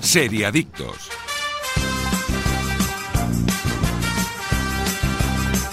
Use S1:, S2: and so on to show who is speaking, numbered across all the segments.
S1: Seriadictos.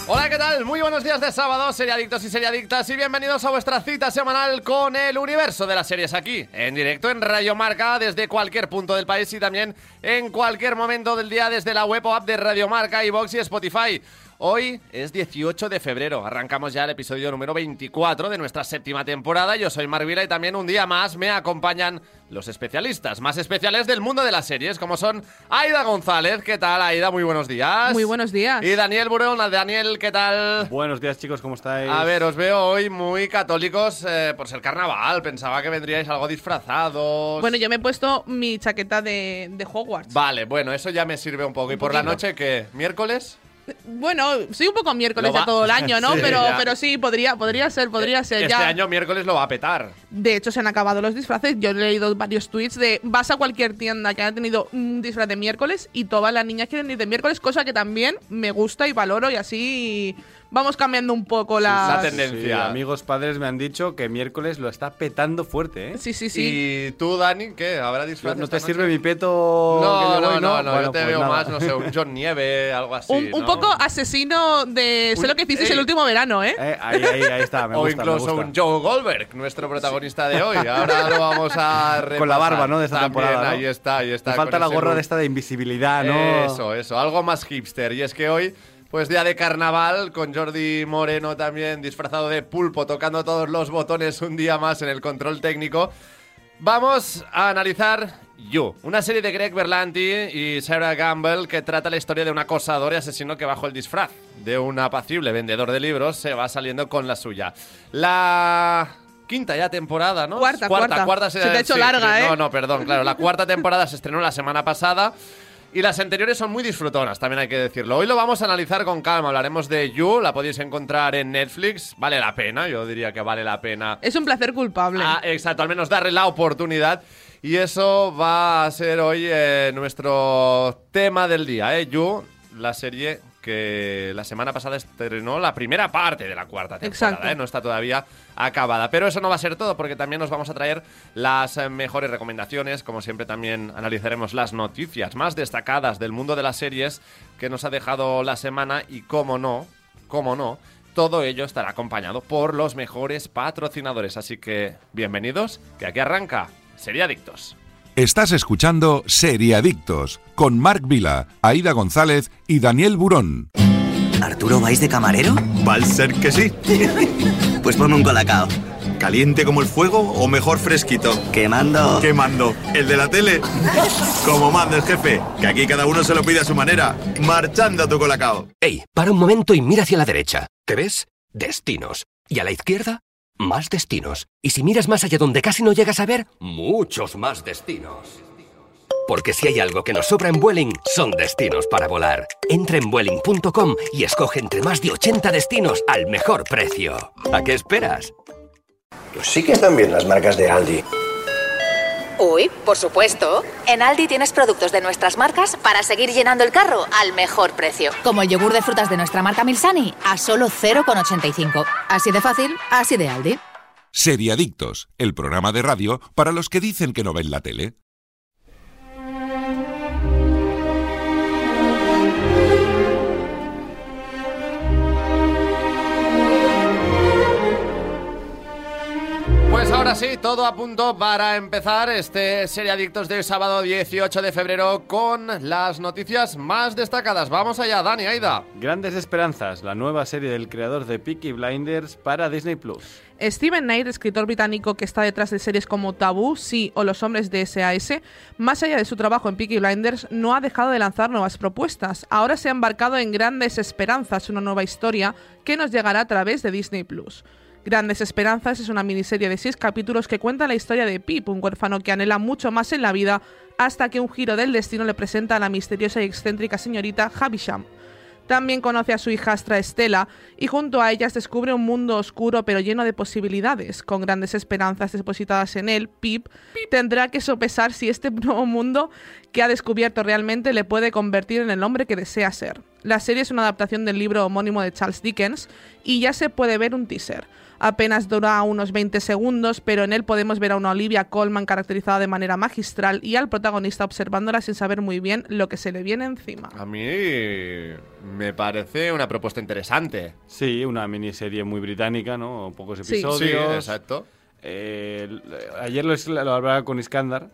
S2: Hola, ¿qué tal? Muy buenos días de sábado, seriadictos y seriadictas, y bienvenidos a vuestra cita semanal con el universo de las series aquí, en directo en Radio Marca, desde cualquier punto del país y también en cualquier momento del día desde la web o app de Radio Marca, iBox y Spotify. Hoy es 18 de febrero, arrancamos ya el episodio número 24 de nuestra séptima temporada. Yo soy Marvila y también un día más me acompañan los especialistas más especiales del mundo de las series, como son Aida González. ¿Qué tal, Aida? Muy buenos días.
S3: Muy buenos días.
S2: Y Daniel Burón, Daniel, ¿qué tal?
S4: Buenos días, chicos, ¿cómo estáis?
S2: A ver, os veo hoy muy católicos eh, por ser carnaval. Pensaba que vendríais algo disfrazados.
S3: Bueno, yo me he puesto mi chaqueta de, de Hogwarts.
S2: Vale, bueno, eso ya me sirve un poco. ¿Y por la noche qué? ¿Miércoles?
S3: Bueno, soy un poco miércoles
S2: Lo va-
S3: ya todo el año, ¿no?
S2: Sí,
S3: pero,
S2: ya.
S3: pero sí, podría, podría ser, podría ser
S2: Este
S3: ya.
S2: año miércoles lo va a petar.
S3: De hecho, se han acabado los disfraces. Yo he leído varios tweets de vas a cualquier tienda que haya tenido un disfraz de miércoles y todas las niñas quieren ir de miércoles, cosa que también me gusta y valoro y así vamos cambiando un poco
S2: la
S3: las…
S2: tendencia.
S4: Sí, amigos padres me han dicho que miércoles lo está petando fuerte, ¿eh?
S3: Sí, sí, sí.
S2: ¿Y tú, Dani, qué? ¿Habrá disfraz?
S4: ¿No
S2: esta
S4: te
S2: noche?
S4: sirve mi peto?
S2: No,
S4: que llevo
S2: no,
S4: hoy,
S2: no, no,
S4: Bueno,
S2: yo te
S4: pues
S2: veo
S4: nada.
S2: más, no sé, un John Nieve, algo así.
S3: un, un
S2: ¿no?
S3: poco asesino de sé
S2: Un-
S3: lo que hicisteis
S2: ey.
S3: el último verano, ¿eh?
S4: Eh, ahí, ahí, ahí está, me
S2: o
S4: gusta, me
S2: incluso
S4: gusta.
S2: un Joe Goldberg, nuestro protagonista de hoy. Ahora lo vamos a repasar.
S4: Con la barba, ¿no? De esta
S2: También,
S4: temporada, ¿no?
S2: Ahí está, ahí está.
S4: Me
S2: con
S4: falta la
S2: ese
S4: gorra
S2: look.
S4: de esta de invisibilidad, ¿no?
S2: Eso, eso, algo más hipster. Y es que hoy, pues día de carnaval, con Jordi Moreno también disfrazado de pulpo, tocando todos los botones un día más en el control técnico. Vamos a analizar You, una serie de Greg Berlanti y Sarah Gamble que trata la historia de un acosador y asesino que bajo el disfraz de un apacible vendedor de libros se va saliendo con la suya. La quinta ya temporada, ¿no?
S3: Cuarta, cuarta.
S2: se,
S3: Se te ha hecho
S2: sí,
S3: larga,
S2: sí,
S3: ¿eh?
S2: No, no, perdón, claro. La cuarta temporada se estrenó la semana pasada. Y las anteriores son muy disfrutonas, también hay que decirlo. Hoy lo vamos a analizar con calma. Hablaremos de You, la podéis encontrar en Netflix. Vale la pena, yo diría que vale la pena.
S3: Es un placer culpable.
S2: Ah, exacto, al menos darle la oportunidad. Y eso va a ser hoy eh, nuestro tema del día, ¿eh? You, la serie que la semana pasada estrenó la primera parte de la cuarta temporada,
S3: Exacto.
S2: ¿eh? No está todavía acabada. Pero eso no va a ser todo, porque también nos vamos a traer las eh, mejores recomendaciones. Como siempre, también analizaremos las noticias más destacadas del mundo de las series que nos ha dejado la semana y, cómo no, cómo no, todo ello estará acompañado por los mejores patrocinadores. Así que bienvenidos, que aquí arranca. Sería adictos.
S1: Estás escuchando Seriadictos con Marc Vila, Aida González y Daniel Burón.
S5: ¿Arturo vais de camarero?
S6: Va a ser que sí.
S5: Pues ponme un colacao.
S6: Caliente como el fuego o mejor fresquito.
S5: Quemando.
S6: ¿Qué mando? ¿El de la tele? Como manda el jefe, que aquí cada uno se lo pide a su manera. Marchando a tu colacao.
S7: Ey, para un momento y mira hacia la derecha. ¿Qué ves? Destinos. Y a la izquierda, más destinos. Y si miras más allá donde casi no llegas a ver, muchos más destinos. Porque si hay algo que nos sobra en Vueling, son destinos para volar. Entra en Vueling.com y escoge entre más de 80 destinos al mejor precio. ¿A qué esperas?
S8: Pues sí que están bien las marcas de Aldi.
S9: Uy, por supuesto.
S10: En Aldi tienes productos de nuestras marcas para seguir llenando el carro al mejor precio.
S9: Como el yogur de frutas de nuestra marca Milsani a solo 0,85. Así de fácil, así de Aldi.
S1: Seriadictos, el programa de radio para los que dicen que no ven la tele.
S2: Pues ahora sí, todo a punto para empezar este Serie Adictos del sábado 18 de febrero con las noticias más destacadas. Vamos allá, Dani, Aida.
S4: Grandes Esperanzas, la nueva serie del creador de Peaky Blinders para Disney Plus.
S3: Steven Knight, escritor británico que está detrás de series como Tabú, Sí o Los Hombres de SAS, más allá de su trabajo en Peaky Blinders, no ha dejado de lanzar nuevas propuestas. Ahora se ha embarcado en Grandes Esperanzas, una nueva historia que nos llegará a través de Disney Plus. Grandes Esperanzas es una miniserie de seis capítulos que cuenta la historia de Pip, un huérfano que anhela mucho más en la vida, hasta que un giro del destino le presenta a la misteriosa y excéntrica señorita Havisham. También conoce a su hijastra Estela y junto a ellas descubre un mundo oscuro pero lleno de posibilidades. Con grandes esperanzas depositadas en él, Pip, tendrá que sopesar si este nuevo mundo que ha descubierto realmente le puede convertir en el hombre que desea ser. La serie es una adaptación del libro homónimo de Charles Dickens y ya se puede ver un teaser. apenas dura unos 20 segundos, pero en él podemos ver a una Olivia Colman caracterizada de manera magistral y al protagonista observándola sin saber muy bien lo que se le viene encima.
S2: A mí me parece una propuesta interesante.
S4: Sí, una miniserie muy británica, ¿no? Pocos
S3: Sí.
S4: episodios.
S2: Sí, exacto.
S4: Eh, l- ayer lo, es- lo hablaba con Iskandar.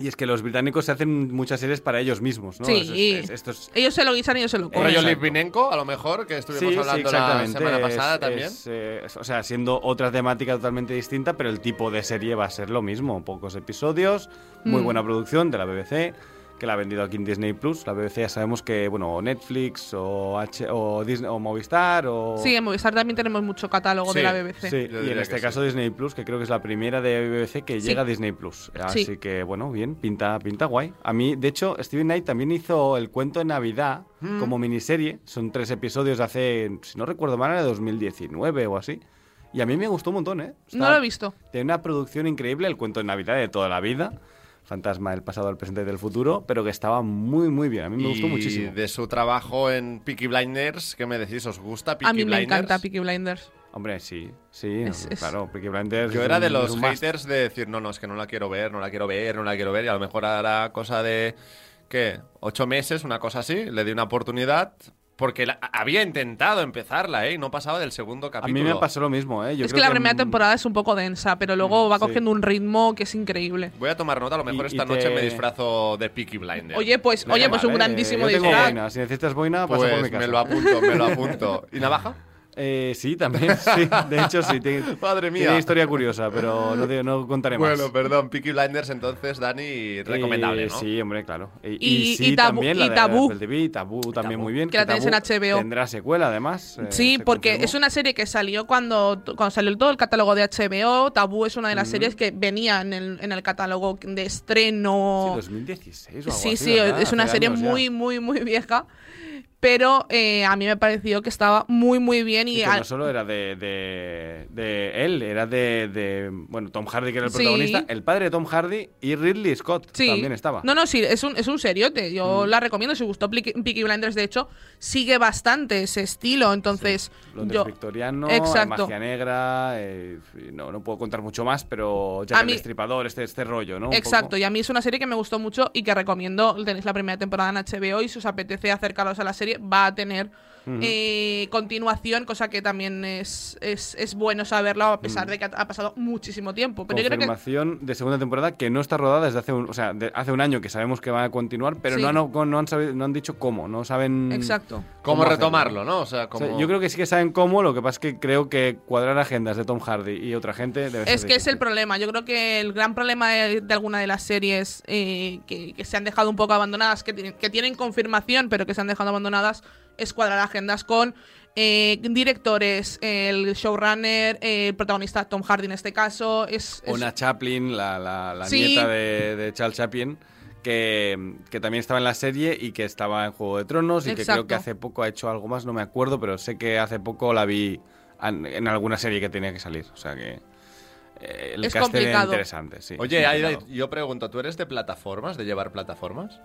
S4: Y es que los británicos se hacen muchas series para ellos mismos, ¿no?
S3: Sí.
S4: Es- es- es- esto es-
S3: Ellos se lo guisan y ellos se lo comen.
S2: Rollo
S4: Exacto.
S2: Litvinenko, a lo mejor, que estuvimos hablando la
S4: exactamente.
S2: semana
S4: Es-
S2: pasada
S4: es,
S2: también.
S4: eh, es- o sea, siendo otra temática totalmente distinta, pero el tipo de serie va a ser lo mismo. Pocos episodios, muy
S3: Mm.
S4: buena producción de la BBC, que la ha vendido aquí en Disney Plus. La BBC ya sabemos que, bueno, o Netflix, o, H- o, Disney, o Movistar, o.
S3: Sí, en Movistar también tenemos mucho catálogo
S2: Sí,
S3: de la BBC.
S4: Sí,
S2: Yo
S4: y en
S2: diría
S4: este
S2: que
S4: caso Disney Plus, que creo que es la primera de BBC que
S3: Sí.
S4: llega a Disney Plus. Así
S3: Sí.
S4: que, bueno, bien, pinta, pinta guay. A mí, de hecho, Steven Knight también hizo el cuento de Navidad
S3: Mm.
S4: como miniserie. Son tres episodios de hace, si no recuerdo mal, era de 2019 o así. Y a mí me gustó un montón, ¿eh?
S3: No lo he visto.
S4: Tiene una producción increíble, el cuento de Navidad de toda la vida. Fantasma del pasado, del presente y del futuro, pero que estaba muy, muy bien. A mí me gustó
S2: Y
S4: muchísimo.
S2: de su trabajo en Peaky Blinders, ¿qué me decís? ¿Os gusta Peaky
S3: a mí me
S2: Blinders?
S3: encanta Peaky Blinders.
S4: Hombre, sí, sí,
S3: Es- es-
S4: claro. Peaky Blinders
S2: Yo
S4: Pues es
S2: era de
S4: un- es
S2: los
S4: un must.
S2: haters de decir, no, no, es que no la quiero ver, no la quiero ver, no la quiero ver, y a lo mejor hará cosa de, ¿qué? Ocho meses, una cosa así, le di una oportunidad, porque la- había intentado empezarla, ¿eh? Y no pasaba del segundo
S4: A
S2: capítulo.
S4: mí me pasó lo mismo, ¿eh? Yo
S3: es
S4: creo
S3: que la primera
S4: mm,
S3: temporada es un poco densa, pero luego va
S4: sí.
S3: cogiendo un ritmo que es increíble.
S2: Voy a tomar nota, a lo mejor
S4: Y- y
S2: esta noche
S4: te-
S2: me disfrazo de Peaky Blinders.
S3: Oye, pues,
S2: Venga,
S3: oye, pues un
S2: vale.
S3: grandísimo
S4: yo tengo
S3: disfraz.
S4: boina. Si necesitas boina, ¿eh? pasa por mi
S2: Pues
S4: casa.
S2: me lo apunto, me lo apunto. ¿Y navaja?
S4: Eh, sí, también, sí. De hecho, sí. Tiene,
S2: Madre mía.
S4: Tiene historia curiosa, pero no, te- no contaré más.
S2: Bueno, perdón, Peaky Blinders entonces, Dani, recomendable,
S4: Eh,
S2: ¿no?
S4: Sí, hombre, claro. Eh, Y,
S3: Y- y
S4: sí,
S3: Tabú-
S4: también la
S3: y
S4: de
S3: Tabú.
S4: Apple TV, Tabú también muy bien.
S3: Que la tenéis en
S4: Tabú
S3: HBO.
S4: Tendrá secuela, además. eh,
S3: Sí,
S4: se
S3: porque
S4: confirmó.
S3: es una serie que salió cuando, cuando salió todo el catálogo de HBO. Tabú es una de las series que venía en el, en el catálogo de
S4: Sí,
S3: estreno.
S4: 2016 o algo
S3: Sí,
S4: así,
S3: sí,
S4: ¿verdad?
S3: es una
S4: Hace
S3: serie
S4: años ya.
S3: muy, muy, muy vieja. Pero eh, a mí me pareció que estaba muy, muy bien. Y,
S4: Y que
S3: a-
S4: no solo era de, de, de él, era de, de, bueno Tom Hardy, que era el
S3: Sí.
S4: protagonista, el padre de Tom Hardy y Ridley Scott
S3: sí.
S4: también estaba. Mm.
S3: No, no, sí, es un, es un seriote. Yo la recomiendo. Si gustó Peaky Peaky Blinders, de hecho, sigue bastante ese estilo. Entonces,
S4: Londres
S3: yo.
S4: victoriano,
S3: Exacto.
S4: magia negra, eh, no, no puedo contar mucho más, pero ya
S3: A
S4: el
S3: mí-
S4: Destripador, este, este rollo, ¿no? Un
S3: Exacto,
S4: poco.
S3: y a mí es una serie que me gustó mucho y que recomiendo. Tenéis la primera temporada en HBO y si os apetece acercaros a la serie, va a tener eh, continuación, cosa que también es, es, es bueno saberlo, a pesar de que ha, ha pasado muchísimo tiempo. Pero yo creo que.
S4: Mm. Confirmación de segunda temporada que no está rodada desde hace un, o sea, de- hace un año que sabemos que va a continuar, pero
S3: Sí.
S4: no, han, no, han sabido- no han dicho cómo, no saben
S3: Exacto.
S2: ¿Cómo
S4: hacerlo.
S2: retomarlo, no? O sea,
S4: O sea,
S2: como...
S4: yo creo que sí que saben cómo, lo que pasa es que creo que cuadrar agendas de Tom Hardy y otra gente debe ser
S3: Es que es
S4: difícil.
S3: el problema. Yo creo que el gran problema de, de alguna de las series eh, que, que se han dejado un poco abandonadas, que, tienen- que tienen confirmación, pero que se han dejado abandonadas, es cuadrar agendas con eh, directores, el showrunner, eh, el protagonista Tom Hardy en este caso. Es, es-
S4: Ona Chaplin, la, la- la
S3: Sí.
S4: nieta de, de Charles Chaplin, que, que también estaba en la serie y que estaba en Juego de Tronos y que
S3: Exacto.
S4: creo que hace poco ha hecho algo más, no me acuerdo, pero sé que hace poco la vi an- en alguna serie que tenía que salir. O sea que eh, el
S3: Es
S4: casting era
S3: complicado.
S4: interesante, sí.
S2: Oye,
S4: Es
S2: Aida,
S4: complicado.
S2: yo pregunto, ¿tú eres de plataformas, de llevar plataformas?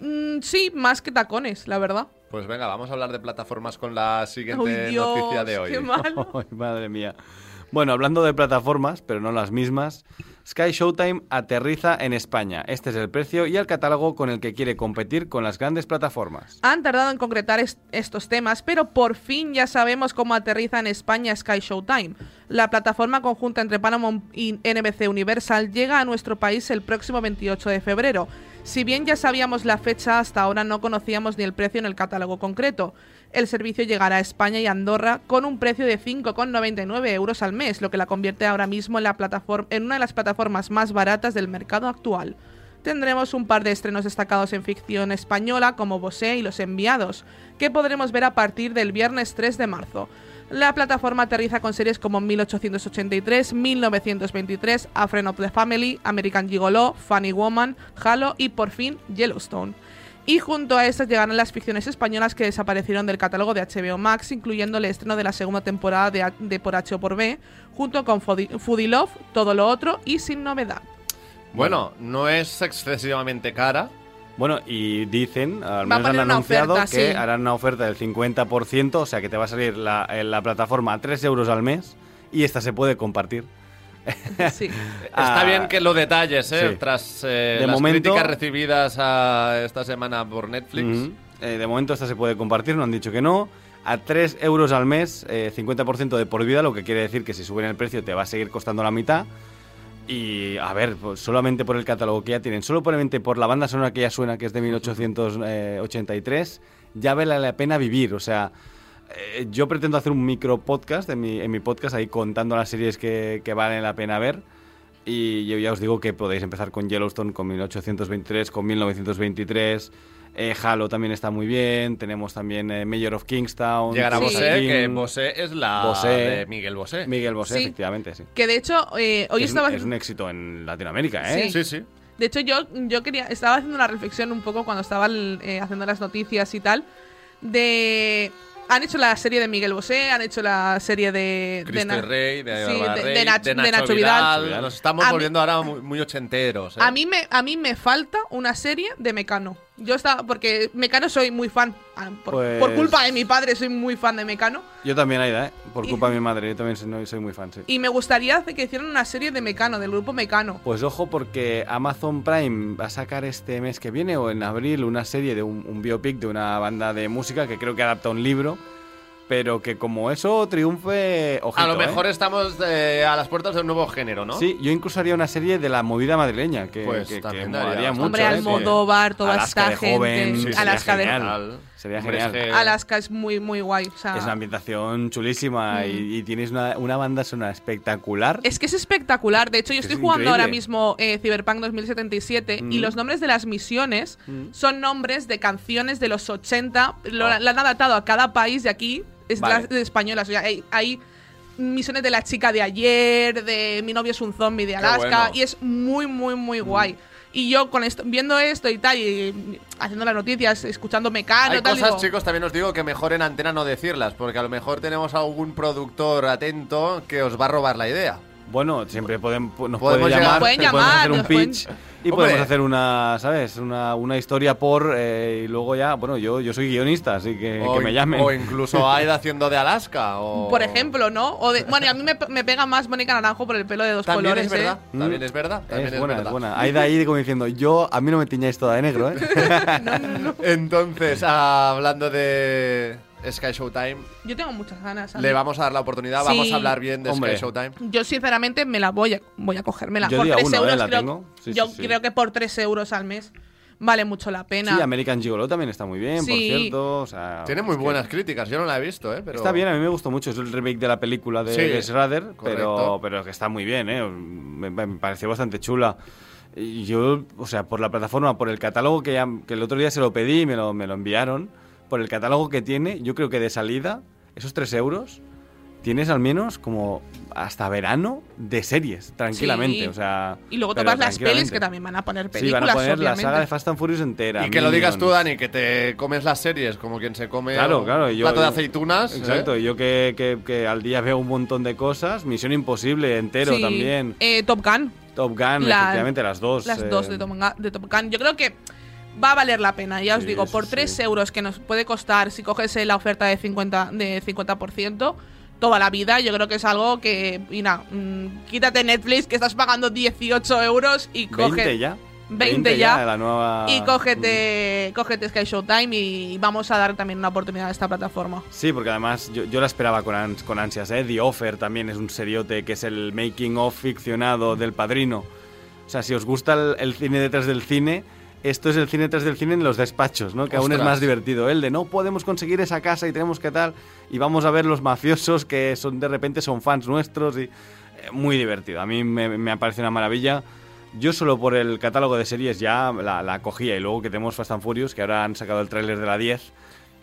S3: Mm, sí, más que tacones, la verdad.
S2: Pues venga, vamos a hablar de plataformas con la siguiente
S3: Ay, Dios,
S2: noticia de hoy.
S3: qué malo.
S4: Ay, madre mía. Bueno, hablando de plataformas, pero no las mismas, Sky Showtime aterriza en España. Este es el precio y el catálogo con el que quiere competir con las grandes plataformas.
S3: Han tardado en concretar est- estos temas, pero por fin ya sabemos cómo aterriza en España Sky Showtime. La plataforma conjunta entre Paramount y NBC Universal llega a nuestro país el próximo 28 de febrero. Si bien ya sabíamos la fecha, hasta ahora no conocíamos ni el precio en el catálogo concreto. El servicio llegará a España y Andorra con un precio de 5,99 euros al mes, lo que la convierte ahora mismo en, la plataform- en una de las plataformas más baratas del mercado actual tendremos un par de estrenos destacados en ficción española como Bosé y Los Enviados, que podremos ver a partir del viernes 3 de marzo. La plataforma aterriza con series como 1883, 1923, A Friend of the Family, American Gigolo, Funny Woman, Halo y por fin Yellowstone. Y junto a estas llegarán las ficciones españolas que desaparecieron del catálogo de HBO Max, incluyendo el estreno de la segunda temporada de, A- de Por H o por B, junto con Fodi- Foodie Love, Todo lo Otro y Sin Novedad.
S2: Bueno, no es excesivamente cara.
S4: Bueno, y dicen, al
S3: Va a
S4: menos han
S3: poner una
S4: anunciado
S3: oferta,
S4: que
S3: sí.
S4: harán una oferta del 50%, o sea que te va a salir la, eh, la plataforma a 3 euros al mes y esta se puede compartir.
S3: Sí.
S2: Está
S4: Ah,
S2: bien que lo detalles, ¿eh?
S4: sí.
S2: Tras eh,
S4: De
S2: las
S4: momento-
S2: críticas recibidas a esta semana por Netflix.
S4: Ujú. Eh, de momento esta se puede compartir, no han dicho que no. A 3 euros al mes, eh, 50% de por vida, lo que quiere decir que si suben el precio te va a seguir costando la mitad. Y a ver, pues, solamente por el catálogo que ya tienen, solamente por la banda sonora que ya suena, que es de eh, 1883, ya vale la pena vivir. O sea, eh, yo pretendo hacer un micro podcast en mi, en mi podcast ahí contando las series que, que valen la pena ver. Y yo ya os digo que podéis empezar con Yellowstone, con 1823, con 1923. eh, Halo también está muy bien. Tenemos también eh, Mayor of Kingstown.
S2: Llegará
S4: Stephen
S2: Bosé,
S4: King,
S2: que Bosé es la
S4: Bosé.
S2: de Miguel Bosé.
S4: Miguel Bosé,
S3: Sí.
S4: efectivamente, sí.
S3: Que de hecho, eh, hoy
S4: es, un-
S3: estaba.
S4: es un éxito en Latinoamérica, ¿eh?
S3: Sí. De hecho, yo, yo quería, estaba haciendo una reflexión un poco cuando estaba eh, haciendo las noticias y tal. De. Han hecho la serie de Miguel Bosé, han hecho la serie de. de
S2: Cristo
S3: Na-
S2: y Rey, de,
S3: sí,
S2: Bárbara
S3: de-
S2: Rey,
S3: de Nach-
S2: de
S3: de
S2: Nacho,
S3: Nacho
S2: Vidal.
S3: Vidal.
S2: Nos estamos
S3: A mí-
S2: volviendo ahora muy, muy ochenteros. ¿eh?
S3: A mí, me, a mí me falta una serie de Mecano. Yo estaba. Porque Mecano soy muy fan. Ah, Por,
S4: Pues-
S3: por culpa de mi padre, soy muy fan de Mecano.
S4: Yo también, Aida, ¿eh? Por culpa de mi madre, yo también soy, soy muy fan, sí.
S3: Y me gustaría hacer que hicieran una serie de Mecano, del grupo Mecano.
S4: Pues ojo, porque Amazon Prime va a sacar este mes que viene o en abril una serie de un, un biopic de una banda de música que creo que adapta un libro, pero que como eso triunfe, ojito,
S2: a lo
S4: ¿eh?
S2: mejor estamos eh, a las puertas de un nuevo género, ¿no?
S4: Sí, yo incluso haría una serie de la movida madrileña, que,
S2: Pues
S4: que, que
S2: también
S4: molaría
S2: daría
S4: mucho.
S2: bastante.
S3: Hombre,
S4: ¿eh?
S3: Almodóvar, toda
S4: Alaska
S3: esta
S4: de
S3: gente.
S4: joven,
S3: Sí,
S4: sería
S3: Alaska de-
S4: genial. Sería
S2: Hombre, es
S4: genial.
S2: que-
S3: Alaska es muy, muy guay. o sea,
S4: Es una ambientación chulísima
S3: Mm.
S4: y, y tienes una, una banda sonora espectacular.
S3: Es que es espectacular. De hecho, yo
S4: Es
S3: estoy jugando ahora
S4: increíble.
S3: mismo eh, Cyberpunk 2077 y
S4: Mm.
S3: los nombres de las misiones
S4: Mm. Oh.
S3: son nombres de canciones de los 80. Lo, la han adaptado a cada país de aquí, es
S4: Vale.
S3: las de españolas. O sea, hay, hay misiones de la chica de ayer, de mi novio es un zombie de Alaska
S2: bueno.
S3: y es muy, muy, muy
S4: Mm.
S3: guay. Y yo con esto, viendo esto y tal, y haciendo las noticias, escuchando Mecano,
S2: Hay
S3: tal,
S2: cosas,
S3: digo,
S2: chicos, también os digo que mejor en antena no decirlas, porque a lo mejor tenemos algún productor atento que os va a robar la idea.
S4: Bueno, siempre pueden, pu- nos
S2: Podemos
S4: pueden
S2: llegar-
S4: llamar,
S3: Pueden
S4: te podemos
S3: llamar,
S4: hacer un
S3: nos pueden-
S4: pitch
S2: Hombre.
S4: y podemos hacer una, ¿sabes? Una, una historia por eh, y luego ya, bueno, yo, yo soy guionista, así que,
S2: o,
S4: que me llamen.
S2: o incluso Aida haciendo de Alaska. O...
S3: por ejemplo, ¿no? O de- bueno, y a mí me, me pega más Mónica Naranjo por el pelo de dos
S2: También
S3: colores.
S2: es verdad.
S3: ¿eh?
S2: También es verdad. También
S4: Mm. es buena,
S2: verdad.
S4: es buena. Aida ahí como diciendo, yo, a mí no me tiñáis toda de negro, ¿eh?
S2: Entonces, hablando de Sky Showtime,
S3: Yo tengo muchas ganas. a
S2: le
S3: mí.
S2: vamos a dar la oportunidad.
S3: Sí.
S2: Vamos a hablar bien de
S4: Hombre.
S2: Sky Showtime.
S3: Yo sinceramente me la voy a, voy a cogérmela.
S4: Yo
S3: por
S4: día
S3: 3
S4: uno, ¿eh?
S3: euros
S4: La
S3: creo,
S4: tengo. Sí,
S3: yo
S4: sí, sí.
S3: creo que por 3 euros al mes vale mucho la pena.
S4: Sí, American Gigolo también está muy bien, por
S3: Sí.
S4: cierto. o sea,
S2: Tiene
S4: es
S2: muy
S4: que
S2: buenas críticas. Yo no la he visto, ¿eh? Pero...
S4: Está bien, a mí me gustó mucho. Es el remake de la película de,
S2: Sí,
S4: de Schrader,
S2: correcto.
S4: pero, pero que está muy bien, ¿eh? Me, me- me pareció bastante chula. Y yo, o sea, por la plataforma, por el catálogo que, ya- que el otro día se lo pedí y me lo, me lo enviaron, por el catálogo que tiene, yo creo que de salida, esos 3 euros, tienes al menos como hasta verano de series, tranquilamente.
S3: Sí.
S4: O sea,
S3: y luego
S4: pero
S3: todas las pelis
S4: tranquilamente.
S3: que también van a poner
S4: Sí,
S3: películas,
S4: van a poner la
S3: obviamente.
S4: saga de Fast and Furious entera.
S2: Y que lo digas tú,
S4: Minions.
S2: Dani, que te comes las series como quien se come
S4: Claro,
S2: un
S4: claro. y Yo,
S2: plato de aceitunas.
S4: Exacto.
S2: ¿eh?
S4: y Yo que, que- que al día veo un montón de cosas. Misión Imposible entero
S3: Sí.
S4: también.
S3: Eh, Top Gun.
S4: Top Gun,
S3: la-
S4: efectivamente, las dos.
S3: Las
S4: eh,
S3: dos de Top, Gun, de Top Gun. Yo creo que va a valer la pena, ya os
S4: Sí,
S3: digo,
S4: sí,
S3: por
S4: sí.
S3: 3 euros que nos puede costar si coges eh, la oferta de 50%, de 50% toda la vida, yo creo que es algo que, y nada, mm, quítate Netflix que estás pagando 18 euros y
S4: 20
S3: coge...
S4: ya.
S3: 20 ya.
S4: de La nueva...
S3: Y cógete, cógete Sky Showtime y vamos a dar también una oportunidad a esta plataforma.
S4: Sí, porque además yo, yo la esperaba con, ans- con ansias. ¿eh? The Offer también es un seriote que es el making of ficcionado del padrino. O sea, si os gusta el, el cine detrás del cine, esto es el cine detrás del cine en los despachos, ¿no? Que aún es
S2: Ostras.
S4: más divertido. El de no podemos conseguir esa casa y tenemos que tal. Y vamos a ver los mafiosos que son de repente son fans nuestros. y eh, Muy divertido. A mí me, me parece una maravilla. Yo solo por el catálogo de series ya la, la cogía. Y luego que tenemos Fast and Furious, que ahora han sacado el tráiler de la 10.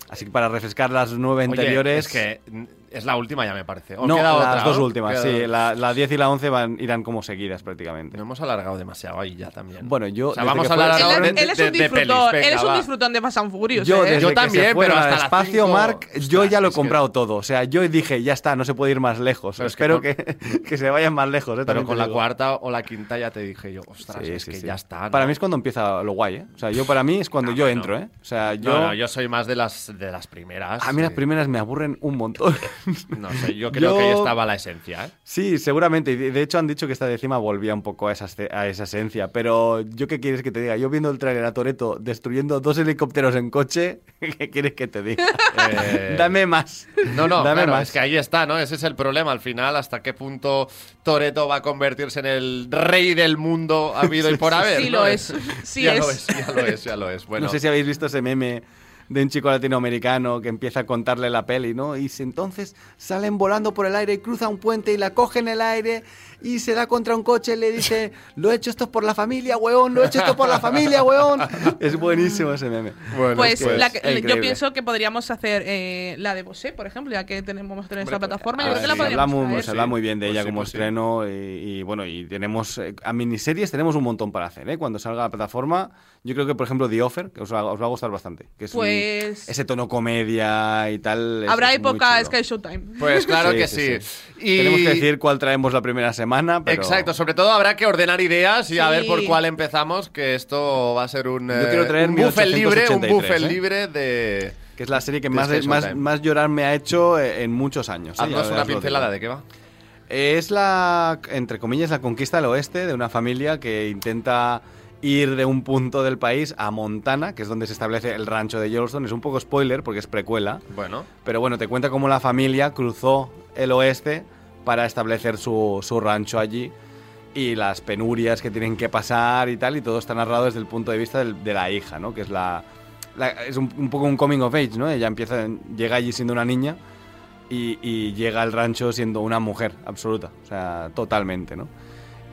S4: Así que para refrescar las nueve
S2: Oye,
S4: anteriores.
S2: es que mm, es la última ya me parece. ¿O
S4: no,
S2: queda
S4: las
S2: otra,
S4: dos
S2: ¿no?
S4: últimas,
S2: Queda-
S4: sí. La, la 10 y la 11 van, irán como seguidas prácticamente.
S2: No hemos alargado demasiado ahí ya también.
S4: Bueno, yo,
S2: O sea,
S4: desde
S2: vamos a
S4: que
S2: hablar
S4: fue-
S2: ahora
S3: Él,
S4: Ahora,
S2: de,
S3: él es
S2: de-
S3: un
S2: de pelis.
S3: disfrutón, él
S2: Venga,
S3: es un
S2: va.
S3: disfrutón de Fast and Furious.
S4: Yo,
S3: ¿eh?
S4: desde
S2: Yo
S4: que
S2: también,
S4: se fueron
S2: pero
S4: al
S2: hasta las
S4: espacio,
S2: cinco-
S4: Mark, yo
S2: Ostras,
S4: ya lo he
S2: es que-
S4: comprado todo. O sea, yo dije, ya está, no se puede ir más lejos.
S2: Pero es que
S4: Espero
S2: con-
S4: que, que se vayan más lejos. ¿eh?
S2: Pero
S4: También
S2: con
S4: te
S2: la
S4: digo.
S2: cuarta o la quinta ya te dije yo, ostras,
S4: Sí,
S2: es
S4: sí,
S2: que
S4: sí.
S2: ya está. ¿no?
S4: Para mí es cuando empieza lo guay, ¿eh? O sea, yo para mí es cuando
S2: No,
S4: yo
S2: bueno.
S4: entro, ¿eh? O sea, yo.
S2: No, no, yo soy más de las, de las primeras.
S4: A mí las
S2: sí.
S4: primeras me aburren un montón.
S2: No sé, yo creo que ahí estaba la esencia. ¿eh?
S4: Sí, seguramente. Y De de hecho, han dicho que esta décima volvía un poco a esa, esce- a esa esencia. Pero yo qué quieres que te diga? Yo viendo el tráiler a Toreto destruyendo dos helicópteros en coche, ¿qué quieres que te diga?
S2: Eh,
S4: Dame más.
S2: No, no,
S4: Dame
S2: claro,
S4: más.
S2: es que ahí está, ¿no? Ese es el problema al final, hasta qué punto Toreto va a convertirse en el rey del mundo habido y por haber.
S3: Sí
S2: ¿no?
S3: lo es, sí
S2: ya
S3: es.
S2: lo es, ya lo es, ya lo es. Bueno,
S4: No sé si habéis visto ese meme de un chico latinoamericano que empieza a contarle la peli, ¿no? Y si entonces salen volando por el aire y cruza un puente y la coge en el aire y se da contra un coche y le dice, lo he hecho esto por la familia, weón, lo he hecho esto por la familia, weón. Es buenísimo ese meme.
S2: bueno,
S3: Pues,
S2: pues,
S3: la que- yo
S4: increíble.
S3: pienso que podríamos hacer eh, la de Bosé, por ejemplo, ya que tenemos vamos a tener esta plataforma.
S4: Ah,
S3: Yo creo que la
S4: sí,
S3: podríamos
S4: hablamos,
S3: traer.
S4: se habla muy bien de
S2: Pues
S4: ella
S2: sí,
S4: como
S2: pues sí.
S4: estreno y, y, bueno, y tenemos eh, a miniseries tenemos un montón para hacer, ¿eh? Cuando salga la plataforma, yo creo que por ejemplo The Offer, que os va, os va a gustar bastante, que es un-
S3: Pues-
S4: ese tono comedia y tal. es-
S3: Habrá
S4: es muy
S3: época
S4: chulo.
S3: Sky Showtime.
S2: pues claro
S4: Sí,
S2: que sí.
S4: sí,
S2: Y-
S4: Tenemos que decir cuál traemos la primera semana, pero
S2: Exacto, sobre todo habrá que ordenar ideas y a
S3: Sí.
S2: ver por cuál empezamos, que esto va a ser un,
S4: Yo
S2: eh,
S4: quiero traer
S2: un buffet libre, un
S4: 1883,
S2: buffet
S4: ¿eh?
S2: libre de...
S4: que es la serie que
S2: This
S4: más,
S2: Is
S4: más,
S2: Showtime.
S4: más llorar me ha hecho eh, en muchos años. ¿eh?
S2: Haznos
S4: Ya- ya
S2: una
S4: os lo digo.
S2: pincelada de qué va.
S4: Es la, entre comillas, la conquista del oeste de una familia que intenta ir de un punto del país a Montana, que es donde se establece el rancho de Yellowstone. Es un poco spoiler porque es precuela,
S2: Bueno,
S4: pero bueno, te cuenta cómo la familia cruzó el oeste para establecer su, su rancho allí y las penurias que tienen que pasar y tal, y todo está narrado desde el punto de vista del- de la hija, ¿no? Que es la... la- es un, un poco un coming of age, ¿no? Ella empieza, llega allí siendo una niña y, y llega al rancho siendo una mujer absoluta, o sea, totalmente, ¿no?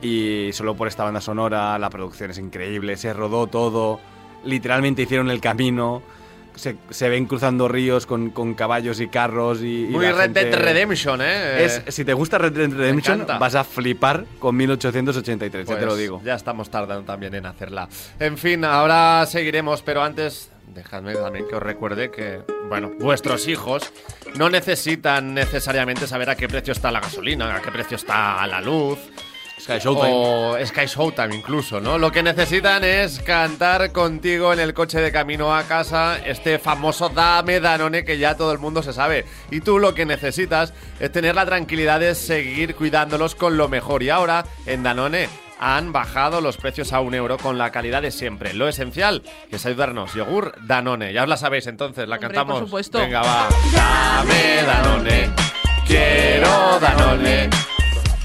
S4: Y solo por esta banda sonora, la producción es increíble, se rodó todo, literalmente hicieron el camino, se, se ven cruzando ríos con, con caballos y carros y... y
S2: muy
S4: la
S2: Red Dead
S4: gente-
S2: Redemption, ¿eh?
S4: es- si te gusta Red Dead Redemption,
S2: encanta.
S4: vas a flipar con 1883, ya te lo
S2: Pues,
S4: digo.
S2: Ya estamos tardando también en hacerla. En fin, ahora seguiremos, pero antes dejadme también que os recuerde que, bueno, vuestros hijos no necesitan necesariamente saber a qué precio está la gasolina, a qué precio está la luz.
S4: Sky Showtime.
S2: O Sky Showtime incluso, ¿no? Lo que necesitan es cantar contigo en el coche de camino a casa este famoso Dame Danone que ya todo el mundo se sabe. Y tú lo que necesitas es tener la tranquilidad de seguir cuidándolos con lo mejor. Y ahora, en Danone, han bajado los precios a un euro con la calidad de siempre. Lo esencial es ayudarnos. Yogur Danone. Ya os la sabéis entonces, la
S3: Hombre,
S2: cantamos.
S3: por supuesto.
S2: Venga, va. Dame Danone. Quiero Danone.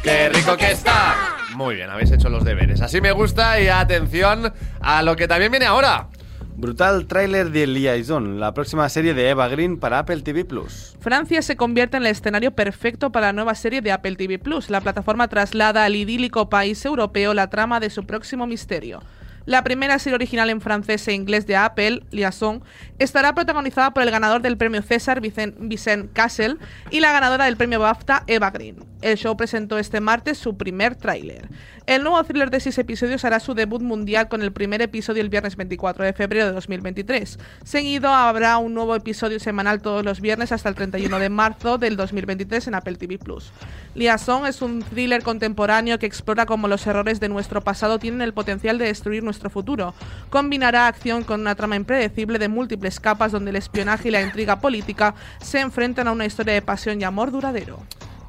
S2: ¡Qué rico que está! Muy bien, habéis hecho los deberes. Así me gusta y atención a lo que también viene ahora.
S4: Brutal tráiler de Liaison, la próxima serie de Eva Green para Apple TV Plus.
S3: Francia se convierte en el escenario perfecto para la nueva serie de Apple TV Plus. La plataforma traslada al idílico país europeo la trama de su próximo misterio. La primera serie original en francés e inglés de Apple, Liaison, estará protagonizada por el ganador del premio César, Vicen- Vincent Cassel, y la ganadora del premio BAFTA, Eva Green. El show presentó este martes su primer tráiler. El nuevo thriller de seis episodios hará su debut mundial con el primer episodio el viernes 24 de febrero de 2023. Seguido habrá un nuevo episodio semanal todos los viernes hasta el 31 de marzo del 2023 en Apple TV Plus. Liaison es un thriller contemporáneo que explora cómo los errores de nuestro pasado tienen el potencial de destruir nuestro futuro. Combinará acción con una trama impredecible de múltiples capas donde el espionaje y la intriga política se enfrentan a una historia de pasión y amor duradero.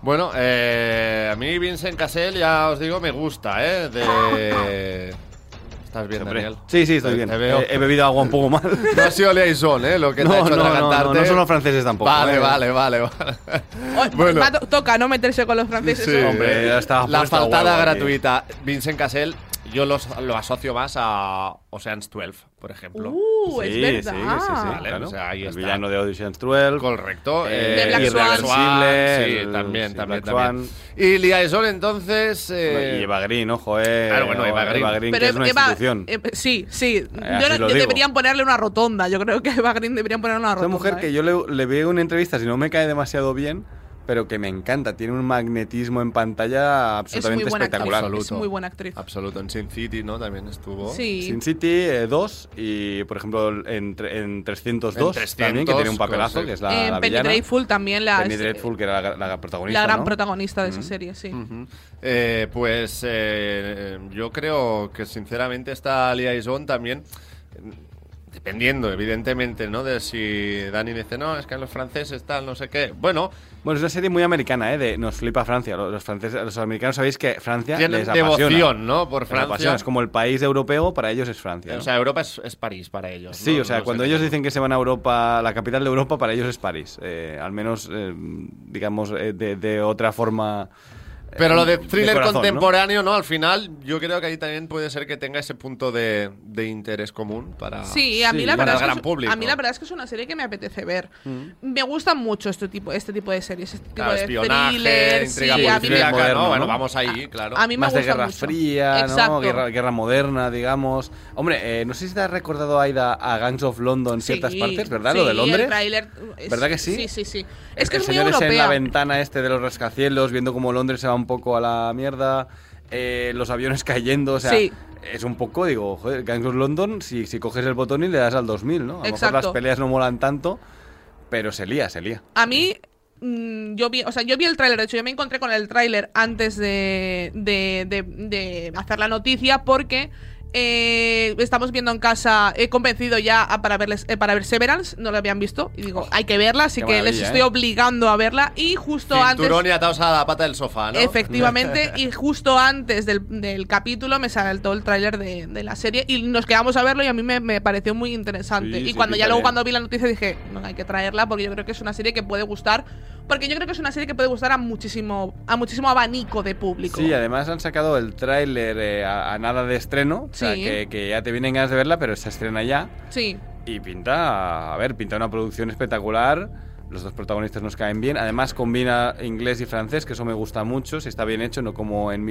S2: Bueno, eh, a mí Vincent Cassel, ya os digo, me gusta, ¿eh? De... ¿Estás bien, Daniel?
S4: Sí, sí, estoy
S2: Te-
S4: bien.
S2: te veo.
S4: He, he bebido agua un poco mal.
S2: No ha sido Liaison, ¿eh? Lo que te ha
S4: No,
S2: hecho
S4: no, no,
S2: atragantarte.
S4: no, no son los franceses tampoco,
S2: Vale,
S4: ¿eh?
S2: vale, vale, vale.
S3: Oh, va, to- toca no meterse con los franceses.
S2: Sí,
S3: hombre.
S4: hombre, ya estaba
S2: la
S4: puesta
S2: faltada
S4: guagua,
S2: gratuita. Vincent Cassel, yo los- lo asocio más a Ocean's 12, por ejemplo.
S3: Uh, es verdad.
S2: Vale, o sea, ahí
S4: el
S2: está.
S4: villano de Auditions 12.
S2: Correcto.
S4: Eh,
S3: De Black
S2: Irreversible,
S4: Swan.
S2: Sí,
S4: el-
S2: también,
S4: sí,
S2: también,
S4: Black
S2: también. Y Liaison, entonces. eh,
S4: y Eva Green, ojo, eh.
S2: Claro, bueno, Eva Green.
S4: que es una
S3: Eva-
S4: institución.
S3: eh, sí, sí.
S4: así
S3: Yo no-
S4: lo digo.
S3: deberían ponerle una rotonda. Yo creo que a Eva Green deberían ponerle una
S4: Esta
S3: rotonda.
S4: mujer
S3: ¿eh?
S4: que yo le, le vi en una entrevista, si no me cae demasiado bien, pero que me encanta. Tiene un magnetismo en pantalla
S3: es muy
S4: absolutamente
S3: buena
S4: espectacular.
S3: actriz. Es
S2: Absoluto.
S3: muy buena actriz.
S2: Absoluto. En Sin City, ¿no? También estuvo.
S3: Sí.
S4: Sin City 2 y, por ejemplo, en, tre- en 302
S2: En 300,
S4: también, que tiene un papelazo,
S2: sí.
S4: que es la, la
S3: En Penny
S4: villana.
S3: Dreadful Eh, también la,
S4: Penny
S3: es, eh,
S4: Dreadful, que era la, la protagonista,
S3: la gran
S4: ¿no? Mm.
S3: protagonista de esa serie, sí.
S2: Ujú. Eh, pues eh, yo creo que sinceramente esta Liaison también mm, Dependiendo, evidentemente, ¿no? De si Dani dice, no, es que los franceses tal, no sé qué. Bueno,
S4: Bueno, es una serie muy americana, ¿eh? De, nos flipa Francia. Los, los franceses, los americanos sabéis que Francia
S2: Tienen
S4: les apasiona.
S2: devoción, ¿no? Por
S4: Les
S2: Francia.
S4: apasiona. Es como el país europeo, para ellos es Francia. ¿no?
S2: o sea, Europa es, es París para ellos.
S4: Sí,
S2: ¿no?
S4: o sea,
S2: No sé
S4: cuando
S2: qué.
S4: ellos dicen que se van a Europa, la capital de Europa, para ellos es París. Eh, al menos, eh, digamos, eh, de, de otra forma. eh,
S2: Pero lo de thriller
S4: corazón, ¿no?
S2: contemporáneo, ¿no? Al final, yo creo que ahí también puede ser que tenga ese punto de, de interés común para,
S3: Sí, a mí, la, verdad
S2: para el
S3: es que
S2: gran
S3: es-
S2: público.
S3: a mí la verdad es que es una serie que me apetece ver.
S4: Mm.
S3: Me gustan mucho este tipo, este tipo de series, este tipo
S2: Claro,
S3: de
S2: espionaje,
S3: thrillers.
S2: intriga
S3: sí, a mí me-
S2: policíaca,
S4: moderno,
S2: ¿no?
S4: ¿no?
S2: Bueno, vamos ahí, claro.
S3: a mí me
S4: más de
S3: gusta
S4: guerra
S3: mucho.
S4: fría,
S3: Exacto.
S4: ¿no? Guerra, guerra moderna, digamos. Hombre, eh, no sé si te has recordado, Aida, a Guns of London en ciertas
S3: Sí,
S4: partes, ¿verdad?
S3: sí,
S4: lo de Londres.
S3: el tráiler, uh, es-
S4: ¿Verdad que sí?
S3: Sí, sí, sí. Es
S4: El-
S3: que
S4: el
S3: es muy
S4: señor ese en la
S3: europea.
S4: ventana este de los rascacielos, viendo cómo Londres se va un poco a la mierda, eh, los aviones cayendo, o sea,
S3: Sí.
S4: es un poco, digo, joder, Gangs of London, si, si coges el botón y le das al 2000, ¿no? A lo mejor
S3: Exacto.
S4: las peleas no molan tanto, pero se lía, se lía.
S3: A mí, mm, yo vi, o sea, yo vi el tráiler, de hecho, yo me encontré con el tráiler antes de, de, de- de hacer la noticia porque eh, estamos viendo en casa, he convencido ya a- para, verles, eh, para ver Severance, no la habían visto, y digo, hay que verla, así
S4: Oh, qué
S3: que les
S4: maravilla,
S3: estoy
S4: ¿eh?
S3: obligando a verla, y justo antes...
S2: Cinturón y atados a la pata del sofá, ¿no?
S3: Efectivamente, y justo antes del, del capítulo me saltó el tráiler de, de la serie y nos quedamos a verlo y a mí me, me pareció muy interesante.
S4: Sí,
S3: y
S4: sí,
S3: cuando ya
S4: pinta
S3: luego
S4: bien.
S3: cuando vi la noticia dije, no, hay que traerla porque yo creo que es una serie que puede gustar, porque yo creo que es una serie que puede gustar a muchísimo, a muchísimo abanico de público.
S4: Sí, además han sacado el tráiler eh, a, a nada de estreno, o sea,
S3: Sí.
S4: que, que ya te vienen ganas de verla, pero se estrena ya.
S3: Sí.
S4: Y pinta, a ver, pinta una producción espectacular. Los dos protagonistas nos caen bien. Además, combina inglés y francés, que eso me gusta mucho. Si está bien hecho, no como en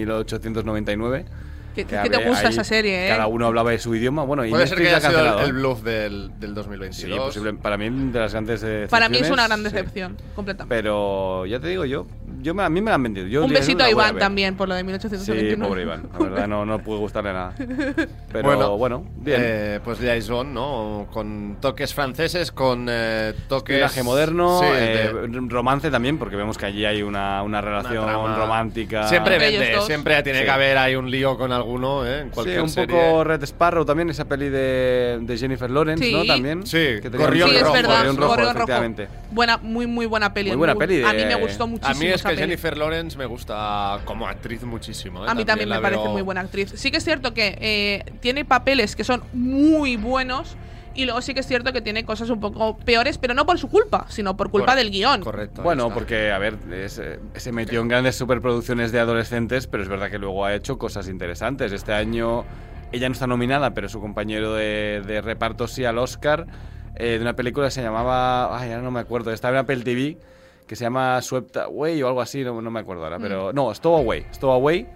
S4: 1899.
S3: ¿Qué,
S4: que
S3: qué te
S4: había
S3: gusta
S4: ahí-
S3: esa serie, eh?
S4: Cada uno hablaba de su idioma. Bueno, y
S2: Puede ser que
S4: Netflix
S2: haya
S4: la ha
S2: sido el,
S4: cancelado,
S2: el
S4: ¿eh?
S2: bluff del, del 2022.
S4: Sí, posible- para mí, de las grandes decepciones,
S3: Para mí es una gran
S4: sí.
S3: decepción, completamente.
S4: Pero ya te digo, yo, yo me- a mí me la han vendido. Yo
S3: Un
S4: día de hoy
S3: besito
S4: la
S3: a
S4: voy
S3: Iván
S4: ver.
S3: también por lo de
S4: Sí,
S3: 1899.
S4: pobre Iván. La verdad, no, no pude gustarle nada. Pero
S2: Bueno,
S4: bueno, bien.
S2: Eh, pues de Aizón, ¿no? Con toques franceses, con eh, toques.
S4: Espionaje moderno,
S2: Sí,
S4: eh,
S2: de-
S4: romance también, porque vemos que allí hay una, una relación
S2: trama.
S4: romántica.
S2: Siempre
S3: Ellos
S2: vende,
S3: dos.
S2: siempre tiene
S4: Sí.
S2: que haber ahí un lío con alguno, ¿eh? En
S4: Sí,
S2: cualquier
S4: un
S2: serie.
S4: poco Red Sparrow también, esa peli de, de Jennifer Lawrence,
S3: Sí.
S4: ¿no? También.
S2: Sí,
S4: que tenía
S2: Gorrión
S4: un-
S3: sí, es
S2: Rojo,
S3: verdad,
S4: Gorrión Rojo,
S3: Gorrión Rojo.
S4: efectivamente.
S3: Buena, muy, muy buena peli.
S4: Muy buena
S3: gu-
S4: peli
S3: A mí
S4: de-
S3: me gustó muchísimo.
S2: A mí es
S3: esa
S2: que
S3: peli.
S2: Jennifer Lawrence me gusta como actriz muchísimo. ¿eh?
S3: A mí también,
S2: la
S3: me parece
S2: veo-
S3: muy buena actriz. Sí que es cierto que eh, tiene papeles que son muy buenos y luego sí que es cierto que tiene cosas un poco peores, pero no por su culpa, sino por culpa
S2: Corre-
S3: del guión.
S2: Correcto. ahí
S4: Bueno,
S2: está.
S4: porque, a ver, es, eh, se metió en grandes superproducciones de adolescentes, pero es verdad que luego ha hecho cosas interesantes. Este año ella no está nominada, pero su compañero de, de reparto sí al Oscar, eh, de una película que se llamaba. Ay, ahora no me acuerdo, estaba en Apple TV, que se llama Swept Away o algo así, no, no me acuerdo ahora, pero. No, Stowaway, Stowaway.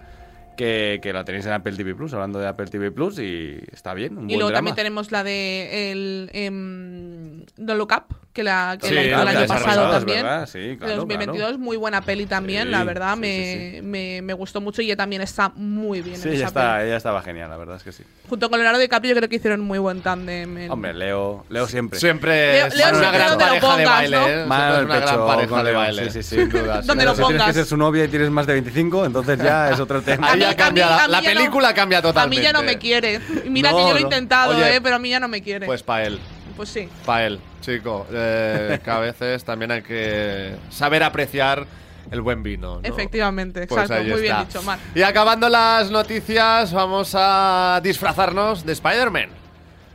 S4: Que, que la tenéis en Apple TV Plus, hablando de Apple TV Plus, y está bien. Un
S3: Y
S4: buen
S3: luego
S4: drama.
S3: también tenemos la de el, em, Don't Look Up, que la que
S2: Sí,
S3: la hizo
S2: la
S3: el
S2: que
S3: año
S2: la
S3: pasado
S2: desarrolló,
S4: es
S3: también.
S4: verdad, sí, claro,
S3: de 2022,
S4: claro.
S3: muy buena peli también, la
S4: Sí,
S3: verdad,
S4: sí,
S3: me,
S4: sí,
S3: Me, me gustó mucho y ella también está muy bien. en
S4: Sí, ella,
S3: esa
S4: está, eh.
S3: peli.
S4: ella estaba genial, la verdad es que sí.
S3: Junto con Leonardo DiCaprio, yo creo que hicieron muy buen tándem. en-
S4: Hombre, Leo, Leo siempre.
S2: Siempre
S3: Leo-
S2: es
S3: Leo
S2: una
S3: siempre
S2: gran
S3: donde lo
S2: pareja de
S3: pongas,
S2: baile,
S3: ¿no?
S2: ¿eh? Siempre
S4: Mano
S2: es
S4: al
S2: una gran
S4: pecho,
S2: pareja
S4: con
S2: de
S4: Leo,
S2: baile.
S4: sí, sí, sí.
S2: Sin duda.
S3: Donde
S2: sin
S3: lo
S2: duda.
S4: Si tienes que
S3: pongas.
S4: ser su novia y tienes más de 25, entonces ya es otro tema.
S2: Ahí ya
S3: a mí-
S2: cambia
S3: a
S2: la-
S3: mí
S2: la
S3: ya no-
S2: película cambia
S3: A mí ya no me
S2: totalmente.
S3: quiere. Y Mira que
S2: No,
S3: yo lo he
S2: no.
S3: intentado,
S2: Oye,
S3: eh, pero a mí ya no me quiere. Pues,
S2: Pues para él.
S3: sí.
S2: Para él, chico. Eh, que a veces también hay que saber apreciar el buen vino. ¿no?
S3: Efectivamente,
S2: Pues
S3: exacto.
S2: ahí
S3: Muy bien
S2: está.
S3: dicho, Mar.
S2: Y acabando las noticias, vamos a disfrazarnos de Spider-Man.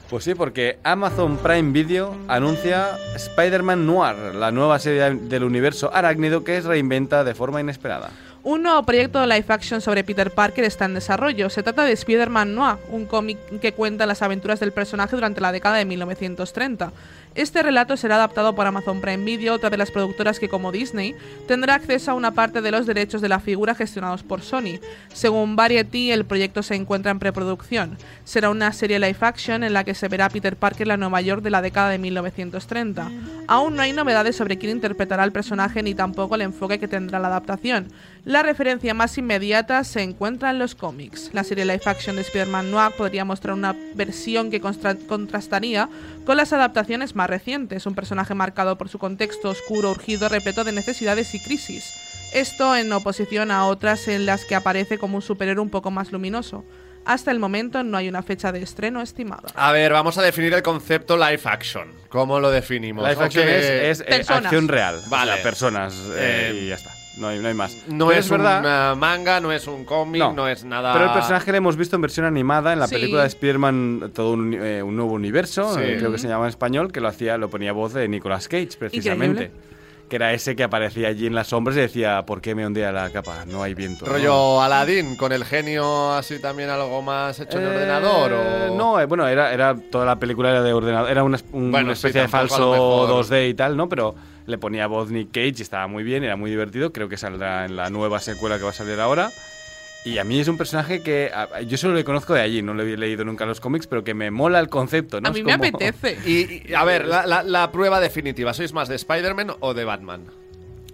S4: Pues sí, porque Amazon Prime Video anuncia Spider-Man Noir, la nueva serie del universo arácnido que es reinventa de forma inesperada.
S3: Un nuevo proyecto de live action sobre Peter Parker está en desarrollo. Se trata de Spider-Man Noir, un cómic que cuenta las aventuras del personaje durante la década de 1930. Este relato será adaptado por Amazon Prime Video, otra de las productoras que, como Disney, tendrá acceso a una parte de los derechos de la figura gestionados por Sony. Según Variety, el proyecto se encuentra en preproducción. Será una serie live action en la que se verá a Peter Parker en la Nueva York de la década de 1930. Aún no hay novedades sobre quién interpretará al personaje ni tampoco el enfoque que tendrá la adaptación. La referencia más inmediata se encuentra en los cómics. La serie live action de Spider-Man Noir podría mostrar una versión que constra- contrastaría con las adaptaciones más recientes, un personaje marcado por su contexto oscuro, urgido, repleto de necesidades y crisis. Esto en oposición a otras en las que aparece como un superhéroe un poco más luminoso. Hasta el momento no hay una fecha de estreno estimada.
S2: A ver, vamos a definir el concepto live action. ¿Cómo lo definimos?
S4: Live action
S2: Aunque-
S4: es, es, eh,
S3: Personas.
S4: acción real.
S2: Vale.
S4: O sea, personas. eh,
S2: Eh,
S4: y ya está. No hay, no hay más.
S2: No
S4: Pero
S2: es, una manga, no es un cómic, no.
S4: No.
S2: es nada.
S4: Pero el personaje lo hemos visto en versión animada en la
S3: Sí.
S4: película de Spider-Man Todo un, eh, un nuevo universo,
S2: Sí.
S4: eh, creo que se llamaba en español, que lo hacía, lo ponía voz de Nicolas Cage, precisamente. Que era ese que aparecía allí en las sombras y decía, ¿por qué me ondea la capa? No hay viento. ¿no?".
S2: Rollo Aladdin, con el genio así también algo más hecho en
S4: Eh,
S2: ordenador o.
S4: No, eh, bueno, era, era toda la película era de ordenador, era una, es- un-
S2: Bueno,
S4: una
S2: sí,
S4: especie de
S2: tampoco a lo
S4: falso
S2: mejor.
S4: 2D y tal, ¿no? Pero le ponía voz Nick Cage y estaba muy bien, era muy divertido, creo que saldrá en la nueva secuela que va a salir ahora. Y a mí es un personaje que a- yo solo le conozco de allí, no le he leído nunca los cómics, pero que me mola el concepto, ¿no?
S3: a
S4: Es
S3: mí me
S4: como-
S3: apetece.
S2: Y, y, a ver, la, la- la prueba definitiva: ¿sois más de Spider-Man o de Batman?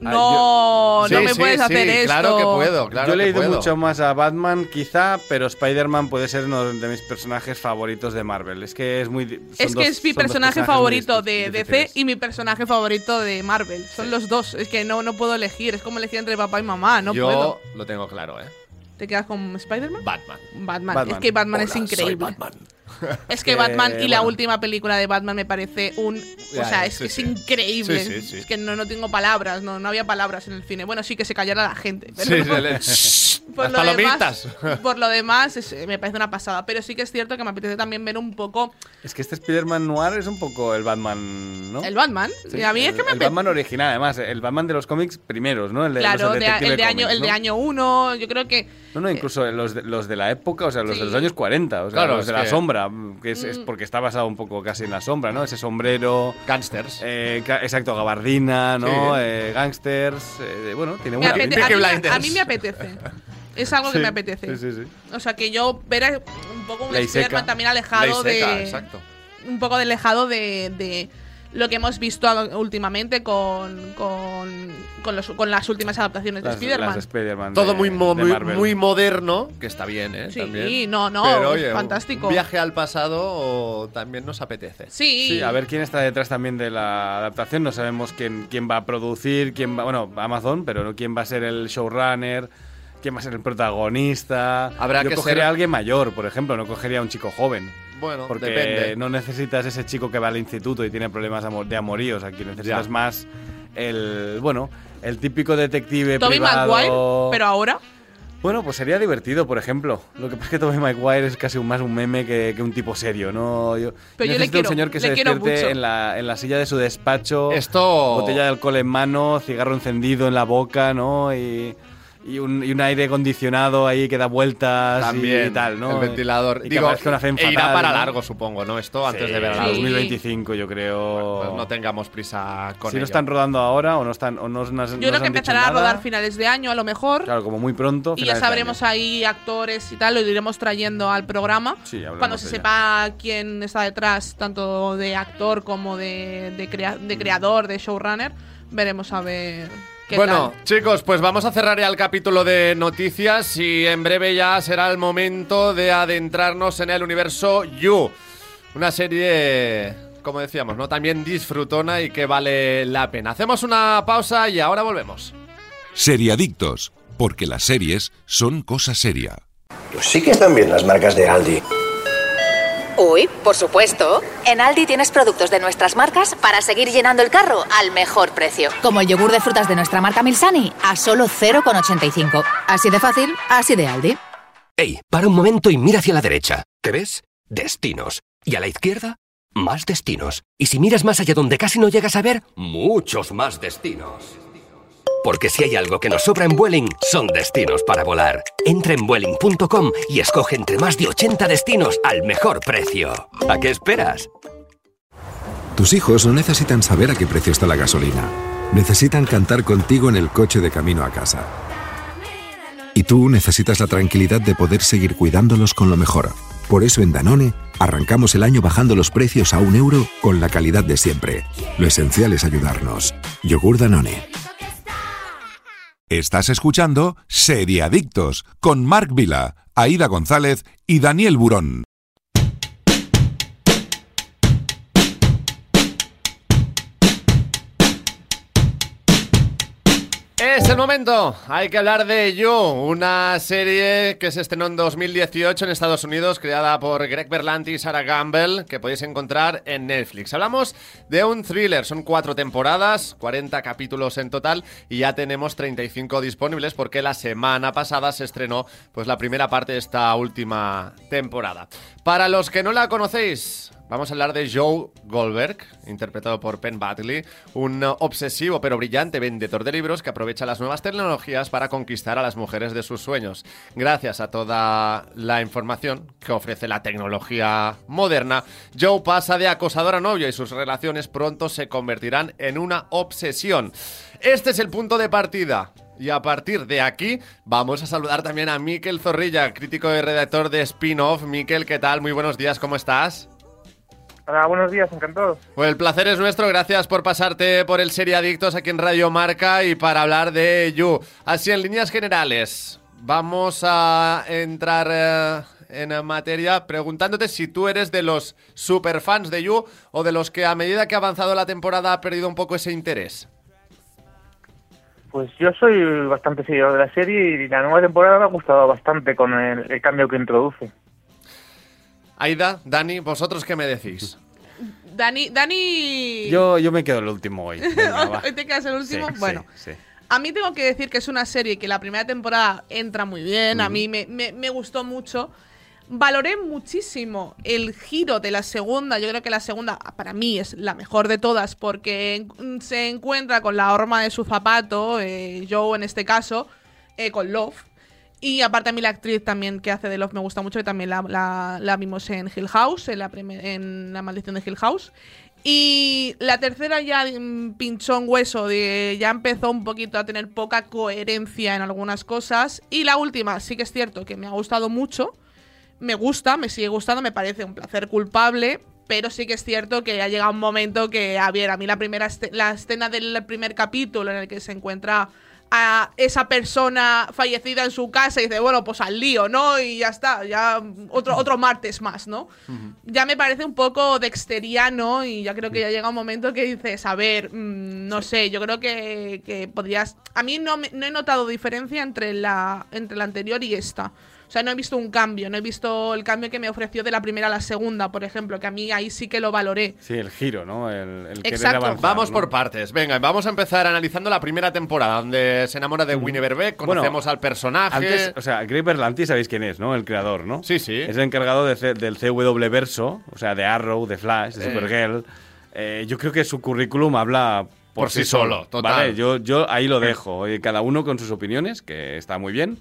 S3: No,
S2: Sí,
S3: no me
S2: Ah, sí,
S3: puedes
S2: sí,
S3: hacer esto.
S2: Claro que puedo, claro
S4: yo he
S2: que
S4: leído
S2: puedo.
S4: mucho más a Batman, quizá, pero Spider-Man puede ser uno de mis personajes favoritos de Marvel. Es que es muy. di- son
S3: Es que
S4: dos-
S3: es mi
S4: son
S3: personaje
S4: dos personajes
S3: favorito
S4: muy
S3: de
S4: dif-
S3: DC
S4: difíciles.
S3: y mi personaje favorito de Marvel. Son los dos. Es que no, no puedo elegir. Es como elegir entre papá y mamá. No
S2: Yo
S3: puedo.
S2: lo tengo claro, ¿eh?
S3: ¿Te quedas con Spider-Man?
S2: Batman.
S3: Batman.
S4: Batman.
S3: Es que Batman es increíble. Es que Batman y la
S4: bueno.
S3: última película de Batman me parece un.
S2: Ya,
S3: o sea,
S2: ya,
S3: es,
S2: sí,
S3: es
S2: sí.
S3: increíble.
S2: Sí, sí, sí.
S3: Es que no, no tengo palabras, no, no había palabras en el cine. Bueno, sí que se callara la gente. pero-
S2: Sí, sí, el- el-
S3: por
S2: Las
S3: lo demás,
S2: palomitas.
S3: por lo demás es- eh, me parece una pasada. Pero sí que es cierto que me apetece también ver un poco
S4: Es que este Spider-Man noir es un poco el Batman, ¿no?
S3: el Batman.
S4: Sí,
S3: y a mí es
S4: el-
S3: que me
S4: El
S3: apetece.
S4: Batman original, además. El Batman de los cómics primeros, ¿no? El de,
S3: Claro,
S4: los
S3: de-
S4: del Detective
S3: el, de año,
S4: Comics,
S3: el de
S4: ¿no?
S3: año 1, yo creo que.
S4: No, no, incluso los de, los de la época, o sea, los
S3: Sí. Mm.
S4: de los años 40, o sea,
S2: Claro,
S4: los de
S2: es
S4: la
S2: que-
S4: sombra, que es, es porque está basado un poco casi en la sombra, ¿no? Ese sombrero,
S2: Gangsters.
S4: eh, ca- exacto, gabardina, ¿no?
S2: Sí.
S4: Eh, gangsters, eh, bueno, tiene
S3: me
S4: buena
S3: apete-
S4: pinta.
S3: a, mí me-
S2: Blinders.
S3: a mí me apetece. Es algo que
S4: Sí,
S3: me apetece.
S4: sí, sí, sí.
S3: O sea, que yo ver a- un poco un
S4: Ley seca.
S3: Spider-Man también
S2: Ley
S3: alejado
S2: seca,
S3: de.
S2: exacto.
S3: Un poco alejado de, de lo que hemos visto a- últimamente con, con, con, los- con las últimas adaptaciones
S4: Las-
S3: de Spider-Man.
S4: las de Spider-Man
S2: Todo
S4: de-
S2: muy, mo-
S4: de
S2: muy,
S4: Marvel.
S2: muy moderno, que está bien, ¿eh?
S3: Sí,
S2: También.
S3: no, no,
S2: Pero,
S3: es
S2: oye,
S3: fantástico.
S2: Un viaje al pasado o también nos apetece.
S3: Sí,
S4: Sí, a ver quién está detrás también de la adaptación. No sabemos quién, quién va a producir, quién va, bueno, Amazon, pero no quién va a ser el showrunner, quién va a ser el protagonista.
S2: Habrá
S4: Yo
S2: que
S4: cogería
S2: ser-
S4: a alguien mayor, por ejemplo, no cogería a un chico joven.
S2: Bueno,
S4: Porque
S2: depende.
S4: no necesitas ese chico que va al instituto y tiene problemas amo- de amoríos. Aquí necesitas
S2: Ya.
S4: más el, bueno, el típico detective
S3: Tommy
S4: privado.
S3: Maguire, pero ahora.
S4: Bueno, pues sería divertido, por ejemplo. Lo que pasa es que Tobey Maguire es casi un- más un meme que, que un tipo serio, ¿no? Yo,
S3: Pero yo le
S4: necesito
S3: quiero-
S4: un señor que
S3: le
S4: se
S3: quiero mucho.
S4: despierte en la, en la silla de su despacho,
S2: Esto.
S4: botella de alcohol en mano, cigarro encendido en la boca, ¿no? Y, y un, y un aire acondicionado ahí que da vueltas
S2: También.
S4: y tal, ¿no?
S2: El ventilador.
S4: Y que
S2: Digo,
S4: aparezca una fe
S2: e irá
S4: fatal,
S2: para
S4: ¿no?
S2: largo, supongo, ¿no? Esto antes
S4: Sí,
S2: de ver a la
S3: Sí.
S2: luz.
S4: 2025, yo creo.
S2: Pues no tengamos prisa con
S4: si
S2: ello.
S4: no están rodando ahora o no están o no, nos-
S3: Yo
S4: nos
S3: creo que
S4: han dicho
S3: empezará a
S4: nada.
S3: rodar finales de año, a lo mejor.
S4: Claro, como muy pronto.
S3: Y ya
S4: finales de
S3: sabremos
S4: año.
S3: ahí actores y tal, lo iremos trayendo al programa.
S4: Sí, hablamos
S3: cuando se
S4: de ello.
S3: sepa quién está detrás, tanto de actor como de, de, crea- de
S4: Mm.
S3: creador, de showrunner, veremos a ver qué
S2: Bueno,
S3: tal.
S2: chicos, pues vamos a cerrar ya el capítulo de noticias y en breve ya será el momento de adentrarnos en el universo You. Una serie, como decíamos, ¿no? También disfrutona y que vale la pena. Hacemos una pausa y ahora volvemos.
S1: Seriadictos, porque las series son cosa seria.
S8: Pues sí que están bien las marcas de Aldi.
S10: Uy, por supuesto.
S9: En Aldi tienes productos de nuestras marcas
S10: Para seguir llenando el carro al mejor precio.
S9: Como el yogur de frutas de nuestra marca Milsani a solo 0,85. Así de fácil, así de Aldi.
S7: ¡Ey! Para un momento y mira hacia la derecha. ¿Qué ves? Destinos. Y a la izquierda, más destinos. Y si miras más allá donde casi no llegas a ver, muchos más destinos. Porque si hay algo que nos sobra en Vueling, son destinos para volar. Entra en Vueling.com y escoge entre más de 80 destinos al mejor precio. ¿A qué esperas?
S11: Tus hijos no necesitan saber a qué precio está la gasolina. Necesitan cantar contigo en el coche de camino a casa. Y tú necesitas la tranquilidad de poder seguir cuidándolos con lo mejor. Por eso en Danone arrancamos el año bajando los precios a un euro con la calidad de siempre. Lo esencial es ayudarnos. Yogur Danone.
S1: Estás escuchando Seriadictos con Marc Vila, Aida González y Daniel Burón.
S2: Es el momento. Hay que hablar de You, una serie que se estrenó en 2018 en Estados Unidos, creada por Greg Berlanti y Sarah Gamble, que podéis encontrar en Netflix. Hablamos de un thriller. Son cuatro temporadas, 40 capítulos en total, y ya tenemos 35 disponibles porque la semana pasada se estrenó pues, la primera parte de esta última temporada. Para los que no la conocéis, Vamos a hablar de Joe Goldberg, interpretado por Penn Batley, un eh, obsesivo pero brillante vendedor de libros que aprovecha las nuevas tecnologías para conquistar a las mujeres de sus sueños. Gracias a toda la información que ofrece la tecnología moderna, Joe pasa de acosador a novio y sus relaciones pronto se convertirán en una obsesión. Este es el punto de partida. Y a partir de aquí vamos a saludar también a Miquel Zorrilla, crítico y redactor de Spin-Off. Miquel, ¿qué tal? Muy buenos días, ¿cómo estás?
S12: Hola, buenos días, encantado.
S2: Pues el placer es nuestro, gracias por pasarte por el Serie Adictos aquí en Radio Marca y para hablar de You. Así, en líneas generales, vamos a entrar eh, en materia preguntándote si tú eres de los superfans de You o de los que a medida que ha avanzado la temporada ha perdido un poco ese interés.
S12: Pues yo soy bastante seguidor de la serie y la nueva temporada me ha gustado bastante con el, el cambio que introduce.
S2: Aida, Dani, ¿vosotros qué me decís?
S3: Dani, Dani.
S4: Yo, yo me quedo el último hoy. Venga, va.
S3: Hoy te quedas el último.
S4: Sí,
S3: bueno.
S4: sí, sí.
S3: A mí tengo que decir que es una serie que la primera temporada entra muy bien, a mí me, me- me gustó mucho. Valoré muchísimo el giro de la segunda, yo creo que la segunda para mí es la mejor de todas porque mm, se encuentra con la horma de su zapato, eh, Joe en este caso, eh, con Love. Y aparte a mí la actriz también que hace de Love me gusta mucho, que también la, la- la vimos en Hill House, en la, prime- en la maldición de Hill House. Y la tercera ya mm, pinchó un hueso, de, ya empezó un poquito a tener poca coherencia en algunas cosas. Y la última sí que es cierto que me ha gustado mucho, me gusta, me sigue gustando, me parece un placer culpable. Pero sí que es cierto que ha llegado un momento que, a ver, a mí la primera esce- la escena del primer capítulo en el que se encuentra a esa persona fallecida en su casa y dice, bueno, pues al lío, ¿no? Y ya está, ya otro, otro martes más, ¿no? ya me parece un poco dexteriano y ya creo que ya llega un momento que dices, a ver, mm, no sé, yo creo que, que podrías... A mí no, me- no he notado diferencia entre la, entre la anterior y esta. O sea, no he visto un cambio, no he visto el cambio que me ofreció de la primera a la segunda, por ejemplo, que a mí ahí sí que lo valoré.
S4: Sí, el giro, ¿no? El, el querer
S3: Exacto.
S4: avanzar,
S2: Vamos
S4: ¿no?
S2: por partes. Venga, vamos a empezar analizando la primera temporada, donde se enamora de Winnie Berbeck,
S4: Bueno,
S2: conocemos al personaje.
S4: Antes, o sea, Greg Berlanti sabéis quién es, ¿no? El creador, ¿no? Sí, sí. Es el encargado de C- del CW verso, o sea, de Arrow, de Flash, de
S2: Sí.
S4: Supergirl. Eh, yo creo que su currículum habla por,
S2: Por sí solo, total.
S4: Vale, yo, yo ahí lo dejo. Oye, cada uno con sus opiniones, que está muy bien,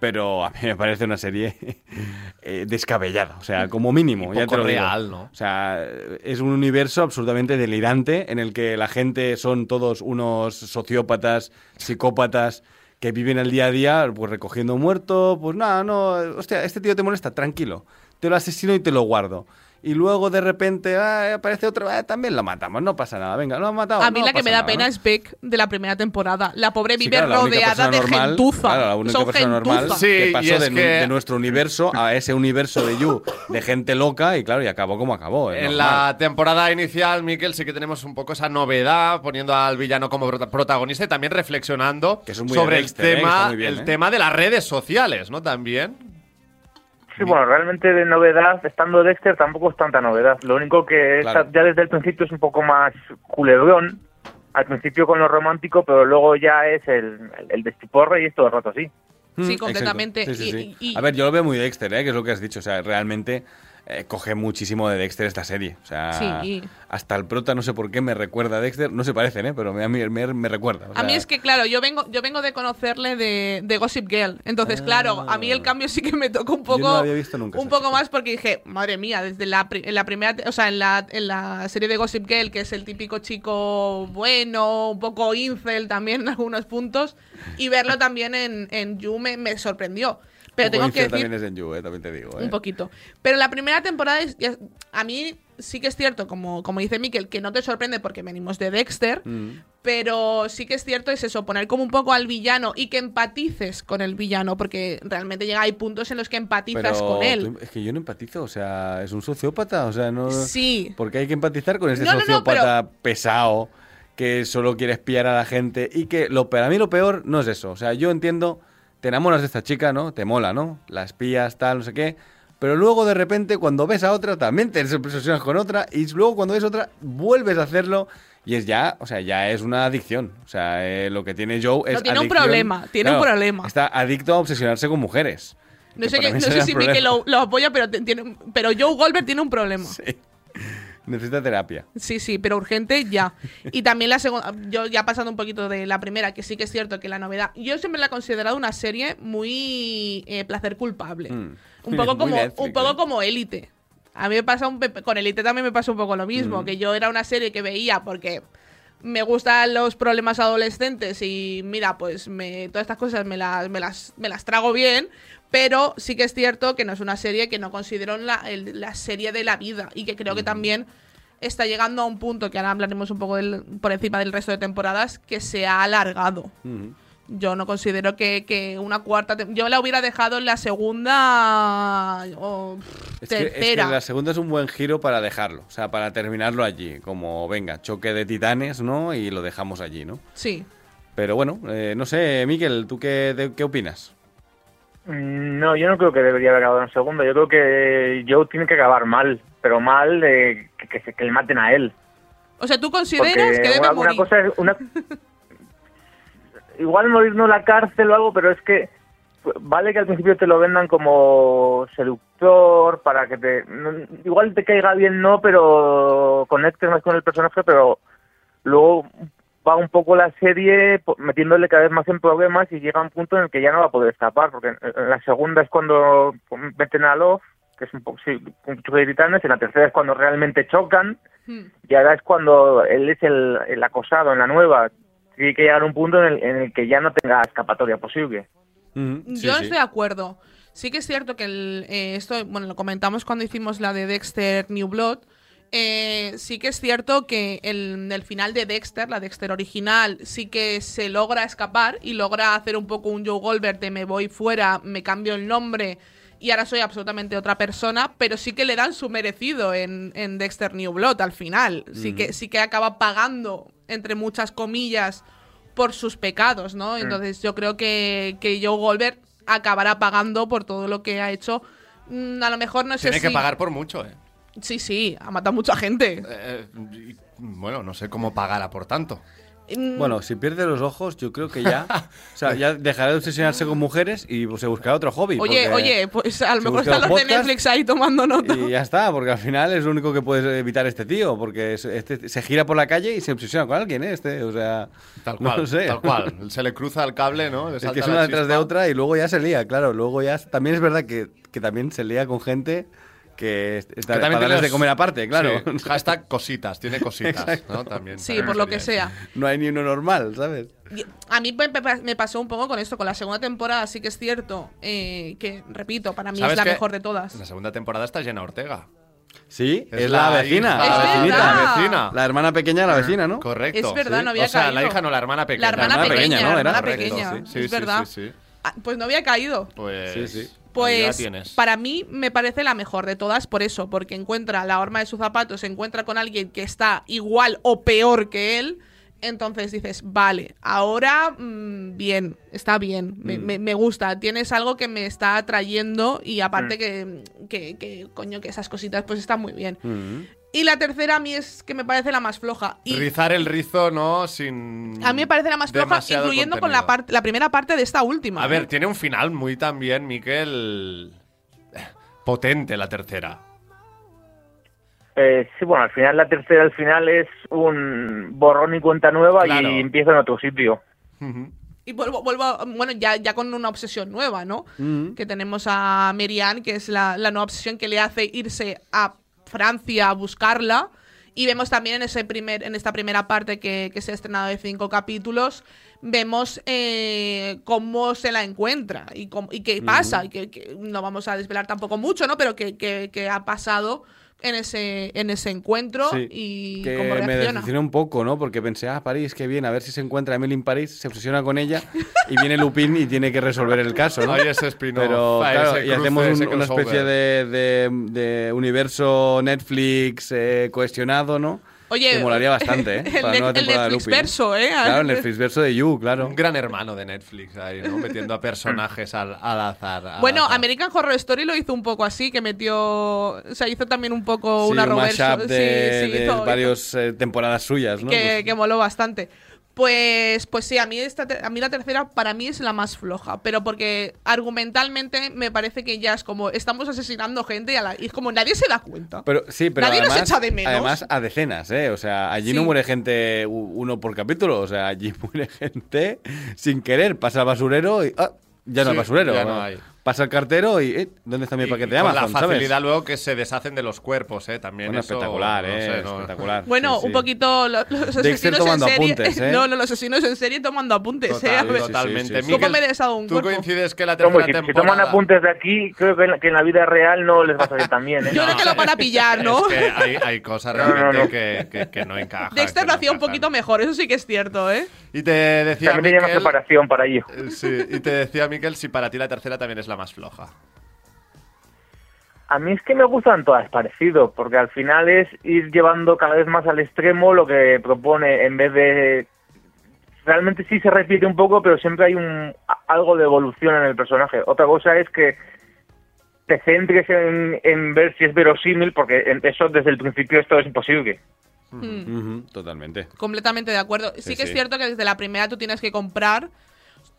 S4: pero a mí me parece una serie eh, descabellada, o sea, como mínimo.
S2: Y
S4: ya te
S2: poco
S4: lo digo.
S2: real, ¿no?
S4: O sea, es un universo absolutamente delirante en el que la gente son todos unos sociópatas, psicópatas que viven el día a día pues recogiendo muertos, pues nada, no, hostia, este tío te molesta, tranquilo, te lo asesino y te lo guardo. Y luego de repente ah, aparece otro, ah, también lo matamos, no pasa nada, venga, lo han matado.
S3: A mí
S4: no
S3: la que
S4: pasa
S3: me da
S4: nada,
S3: pena
S4: ¿no?
S3: es Beck de la primera temporada. La pobre
S4: Sí,
S3: vive
S4: claro, la única
S3: rodeada
S4: persona
S3: de
S4: normal-
S3: gentuza.
S4: Claro, la única
S3: Son
S4: persona normal
S3: gentuza.
S4: que
S2: Sí, y
S4: pasó
S2: es
S4: de, nu-
S2: que-
S4: de nuestro universo a ese universo de You, de gente loca, y claro, y acabó como acabó. es
S2: En
S4: normal.
S2: la temporada inicial, Miquel, sí que tenemos un poco esa novedad, poniendo al villano como prota- protagonista y también reflexionando
S4: muy
S2: sobre
S4: de
S2: el,
S4: Dexter, ¿eh? Que está
S2: tema,
S4: muy bien,
S2: el
S4: ¿eh?
S2: tema de las redes sociales, ¿no? También.
S12: Sí, bueno, realmente de novedad, estando Dexter tampoco es tanta novedad. Lo único que
S2: Claro.
S12: esta- ya desde el principio es un poco más culebrón, al principio con lo romántico, pero luego ya es el, el, el despiporre y es todo el rato así.
S3: Sí,
S4: exacto.
S3: completamente.
S4: Sí, sí,
S3: Y-
S4: sí.
S3: y- y-
S4: A ver, yo lo veo muy Dexter, ¿eh? que es lo que has dicho. O sea, realmente eh, coge muchísimo de Dexter esta serie. O sea,
S3: Sí.
S4: hasta el prota, no sé por qué, me recuerda a Dexter. No se parecen, ¿eh? pero me- a mí me, me recuerda. O
S3: A mí
S4: sea,
S3: es que, claro, yo vengo, yo vengo de conocerle de, de Gossip Girl. Entonces, claro, a mí el cambio sí que me tocó un poco.
S4: Ah. Yo no lo había visto nunca.
S3: un poco más porque dije, madre mía, desde la, pri- en la primera, te- o sea, en la, en la serie de Gossip Girl, que es el típico chico bueno, un poco incel también en algunos puntos, y verlo también en, en You me, me sorprendió. Pero
S4: un
S3: tengo
S4: poco
S3: que
S4: Incel
S3: decir
S4: también es en You, ¿eh? también te digo. ¿eh?
S3: un poquito. Pero la primera temporada, es- ya- a mí sí que es cierto, como, como dice Miquel, que no te sorprende porque venimos de Dexter,
S4: Mm.
S3: pero sí que es cierto es eso, poner como un poco al villano y que empatices con el villano, porque realmente llega, hay puntos en los que empatizas
S4: Pero
S3: con él.
S4: tú- es que yo no empatizo, o sea, es un sociópata, o sea, no.
S3: Sí.
S4: Porque hay que empatizar con ese
S3: No, no, no,
S4: sociópata pesado que solo quiere espiar a la gente y que lo, para mí lo peor no es eso. O sea, yo entiendo, te enamoras de esta chica, ¿no? Te mola, ¿no? La espías, tal, no sé qué. Pero luego de repente cuando ves a otra también te obsesionas con otra y luego cuando ves otra vuelves a hacerlo y es ya, o sea, ya es una adicción. O sea, eh, lo que tiene Joe es
S3: No, tiene un
S4: adicción.
S3: problema, tiene un problema.
S4: Está adicto a obsesionarse con mujeres.
S3: No
S4: Que
S3: sé,
S4: para
S3: qué-
S4: mí
S3: no
S4: ese
S3: sé
S4: era el
S3: si
S4: problema.
S3: Mike lo, lo apoya, pero, te- tiene, pero Joe Goldberg tiene un problema.
S4: Necesita terapia.
S3: Sí, sí, pero urgente ya. Y también la segunda, yo ya pasando un poquito de la primera, que sí que es cierto que la novedad, yo siempre la he considerado una serie muy eh, placer culpable.
S13: Mm.
S3: Un poco
S13: Muy
S3: como
S13: Netflix,
S3: un poco como élite. A mí me pasa un, pe- con élite también me pasa un poco lo mismo,
S13: Mm.
S3: que yo era una serie que veía porque me gustan los problemas adolescentes y mira, pues me, todas estas cosas me las, me, las, me las trago bien, pero sí que es cierto que no es una serie que no considero la, el- la serie de la vida y que creo que también está llegando a un punto que ahora hablaremos un poco del- por encima del resto de temporadas que se ha alargado. Yo no considero que, que una cuarta. tem- Yo la hubiera dejado en la segunda o pff,
S4: Es que, es que
S3: tercera.
S4: la segunda es un buen giro para dejarlo, o sea, para terminarlo allí, como venga, choque de titanes, ¿no? Y lo dejamos allí, ¿no?
S3: Sí.
S4: Pero bueno, eh, no sé, Miquel, ¿tú qué, de- qué opinas?
S12: Mm, No, yo no creo que debería haber acabado en segunda. Yo creo que Joe tiene que acabar mal, pero mal de que, que se- que le maten a él.
S3: O sea, tú
S12: Porque
S3: consideras que debe
S12: una, una
S3: morir.
S12: cosa es una- igual morir no en la cárcel o algo, pero es que pues, vale que al principio te lo vendan como seductor para que te no- igual te caiga bien no, pero conectes más con el personaje, pero luego va un poco la serie po- metiéndole cada vez más en problemas y llega un punto en el que ya no va a poder escapar, porque en- en la segunda es cuando meten a Love, que es un poco sí, un choque de titanes, en la tercera es cuando realmente chocan,
S3: Hmm.
S12: y ahora es cuando él es el, el acosado en la nueva. Tiene que llegar a un punto en el, en el que ya no tenga escapatoria posible.
S3: Yo no estoy de acuerdo. Sí que es cierto que el, eh, esto, bueno, lo comentamos cuando hicimos la de Dexter New Blood. eh, sí que es cierto que el, el final de Dexter, la Dexter original, sí que se logra escapar y logra hacer un poco un Joe Goldberg de me voy fuera, me cambio el nombre y ahora soy absolutamente otra persona, pero sí que le dan su merecido en, en Dexter New Blood al final. Sí,
S13: Ujú.
S3: que, sí que acaba pagando, entre muchas comillas, por sus pecados, ¿no?
S13: Mm.
S3: Entonces yo creo que, que Joe Goldberg acabará pagando por todo lo que ha hecho. Mm, A lo mejor no sé
S2: Tiene
S3: si...
S2: que pagar por mucho, ¿eh?
S3: Sí, sí, ha matado mucha gente.
S2: Eh, y- Bueno, no sé cómo pagará por tanto.
S3: Mm,
S4: Bueno, si pierde los ojos, yo creo que ya, o sea, ya dejará de obsesionarse con mujeres y se buscará otro hobby.
S3: oye,
S4: porque-
S3: oye, pues a lo
S4: se
S3: mejor
S4: busca
S3: están los
S4: los
S3: de
S4: podcasts
S3: Netflix ahí tomando nota.
S4: Y ya está, porque al final es lo único que puedes evitar este tío, porque es- este se gira por la calle y se obsesiona con alguien, ¿eh? este, o sea,
S2: Tal
S4: no
S2: cual,
S4: lo sé.
S2: tal cual. Se le cruza el cable, ¿no? Le
S4: Es
S2: salta
S4: que es
S2: la
S4: una detrás de
S2: chispa.
S4: otra y luego ya se lía, claro. Luego ya también es verdad que, que también se lía con gente que está
S2: Que
S4: para darles
S2: tiene
S4: de comer aparte, claro.
S2: sí, hashtag cositas, tiene cositas,
S4: Exacto.
S2: ¿no? También.
S3: Sí, por lo que sea.
S4: No hay ni uno normal, ¿sabes?
S3: Y A mí me, me- me pasó un poco con esto, con la segunda temporada sí que es cierto eh, que, repito, para mí es
S2: ¿Sabes
S3: la
S2: qué?
S3: mejor de todas.
S2: La segunda temporada está llena Ortega.
S4: Sí,
S2: Es
S4: es, la,
S2: la
S4: vecina,
S2: hija,
S4: la
S2: Es
S4: vecinita.
S2: verdad. La vecina.
S4: La hermana pequeña de la vecina, ¿no?
S2: Correcto.
S3: Es verdad,
S2: sí.
S3: no había
S2: O sea, la
S3: caído.
S2: hija no, la hermana pequeña.
S3: La hermana pequeña,
S4: ¿no?
S3: la hermana
S4: Correcto,
S3: pequeña,
S4: sí.
S3: es
S4: Sí, sí,
S3: verdad.
S4: sí, sí.
S3: Ah, Pues no había caído.
S2: Pues,
S4: Sí, sí.
S2: ahí la
S3: Pues
S2: tienes.
S3: para mí me parece la mejor de todas por eso, porque encuentra la horma de su zapato, se encuentra con alguien que está igual o peor que él, entonces dices, vale, ahora mm, bien, está bien, me,
S13: Mm.
S3: me- me gusta, tienes algo que me está atrayendo y aparte
S13: Mm.
S3: que, que- que, coño, que esas cositas pues están muy bien.
S2: Mm.
S3: Y la tercera a mí es que me parece la más floja. Y
S2: Rizar el rizo, ¿no? Sin.
S3: a mí me parece la más floja,
S2: demasiado
S3: incluyendo con
S2: contenido.
S3: la, parte la primera parte de esta última.
S2: A
S3: ¿eh?
S2: ver, tiene un final muy también, Miquel. Potente la tercera.
S12: Eh, sí, bueno, al final la tercera, al final es un borrón y cuenta nueva
S2: Claro.
S12: y empieza en otro sitio.
S3: Y vuelvo, vuelvo a- bueno, ya, ya con una obsesión nueva, ¿no?
S12: Mm.
S3: Que tenemos a Merian, que es la, la nueva obsesión que le hace irse a Francia a buscarla. Y vemos también en, ese primer, en esta primera parte que, que se ha estrenado de cinco capítulos, vemos eh, cómo se la encuentra y, cómo- y qué
S13: Ujú.
S3: pasa. y que, que no vamos a desvelar tampoco mucho, ¿no? Pero que, que- que ha pasado en ese, en ese encuentro
S4: Sí,
S3: y
S4: que
S3: cómo
S4: me
S3: reacciona.
S4: decepcionó un poco, ¿no? Porque pensé, ah, París, qué bien, a ver si se encuentra Emily en París, se obsesiona con ella y viene Lupin y tiene que resolver el caso, ¿no?
S2: Ahí ese spin-off,
S4: Pero,
S2: ahí
S4: claro,
S2: ese
S4: y hacemos
S2: cruce,
S4: un-
S2: ese
S4: una
S2: crossover.
S4: especie de, de- de universo Netflix eh, cohesionado, ¿no?
S3: Oye,
S4: Que molaría bastante, ¿eh?
S3: el
S4: Para la
S3: Net-
S4: nueva
S3: el
S4: temporada de Lupin.
S3: Netflixverso, ¿eh?
S4: Claro, el Netflixverso de You, claro. Un
S2: gran hermano de Netflix ahí, ¿no? Metiendo a personajes al, al azar.
S4: Ah,
S2: al
S3: Bueno,
S2: azar.
S3: American Horror Story lo hizo un poco así, que metió. O sea, hizo también un poco
S4: Sí,
S3: una
S4: un
S3: reversa-
S4: mashup de,
S3: sí, sí,
S4: de
S3: hizo- hizo-
S4: varias temporadas suyas, ¿no? Pues
S3: que, que moló bastante. Pues, pues sí, a mí, esta, te- a mí la tercera para mí es la más floja, pero porque argumentalmente me parece que ya es como estamos asesinando gente y, a la- y es como nadie se da cuenta.
S4: Pero sí, pero
S3: Nadie nos
S4: además,
S3: echa de menos.
S4: además a decenas, ¿eh? O sea, allí no
S3: Sí.
S4: muere gente u- uno por capítulo, o sea, allí muere gente sin querer, pasa el basurero y ah, ya
S2: Sí,
S4: no hay basurero,
S2: ya no
S4: ¿no?
S2: hay.
S4: pasa el cartero y eh, ¿dónde está mi paquete de
S2: Con
S4: Amazon?
S2: la
S4: ¿sabes?
S2: facilidad luego que se deshacen de los cuerpos, ¿eh? También
S4: Bueno,
S2: eso,
S4: espectacular, ¿eh?
S2: sé,
S4: Espectacular.
S3: Bueno, un poquito lo- los
S4: Dexter
S3: asesinos en
S4: tomando
S3: serie.
S4: apuntes, ¿eh?
S3: No, no, los asesinos en serie tomando apuntes, ¿eh? A
S2: Total,
S3: ver,
S2: totalmente.
S3: ¿Cómo
S2: Miguel,
S3: me he dejado un
S2: ¿Tú
S3: cuerpo?
S2: coincides que la
S12: Hombre,
S2: tercera
S12: si, si
S2: temporada...
S12: toman apuntes de aquí, creo que en la, que en la vida real no les va a salir tan bien. ¿eh?
S3: Yo creo que lo van a pillar, ¿no?
S2: Es que hay, hay cosas
S12: No, no,
S2: realmente
S12: no.
S2: Que, que- que no encajan.
S3: Dexter lo hacía un poquito mejor, eso sí que es cierto, ¿eh?
S2: Y te decía
S12: También tenía una
S2: Miquel-
S12: preparación para ello.
S2: Eh, Sí, y te decía Miquel si para ti la tercera también es la más floja.
S12: A mí es que me gustan todas parecido, porque al final es ir llevando cada vez más al extremo lo que propone, en vez de... Realmente sí se repite un poco, pero siempre hay un a- algo de evolución en el personaje. Otra cosa es que te centres en, en ver si es verosímil, porque en- eso desde el principio esto es imposible.
S3: Mm.
S4: Ujú, totalmente.
S3: Completamente de acuerdo. Sí,
S4: Sí,
S3: que es
S4: sí.
S3: cierto que desde la primera tú tienes que comprar.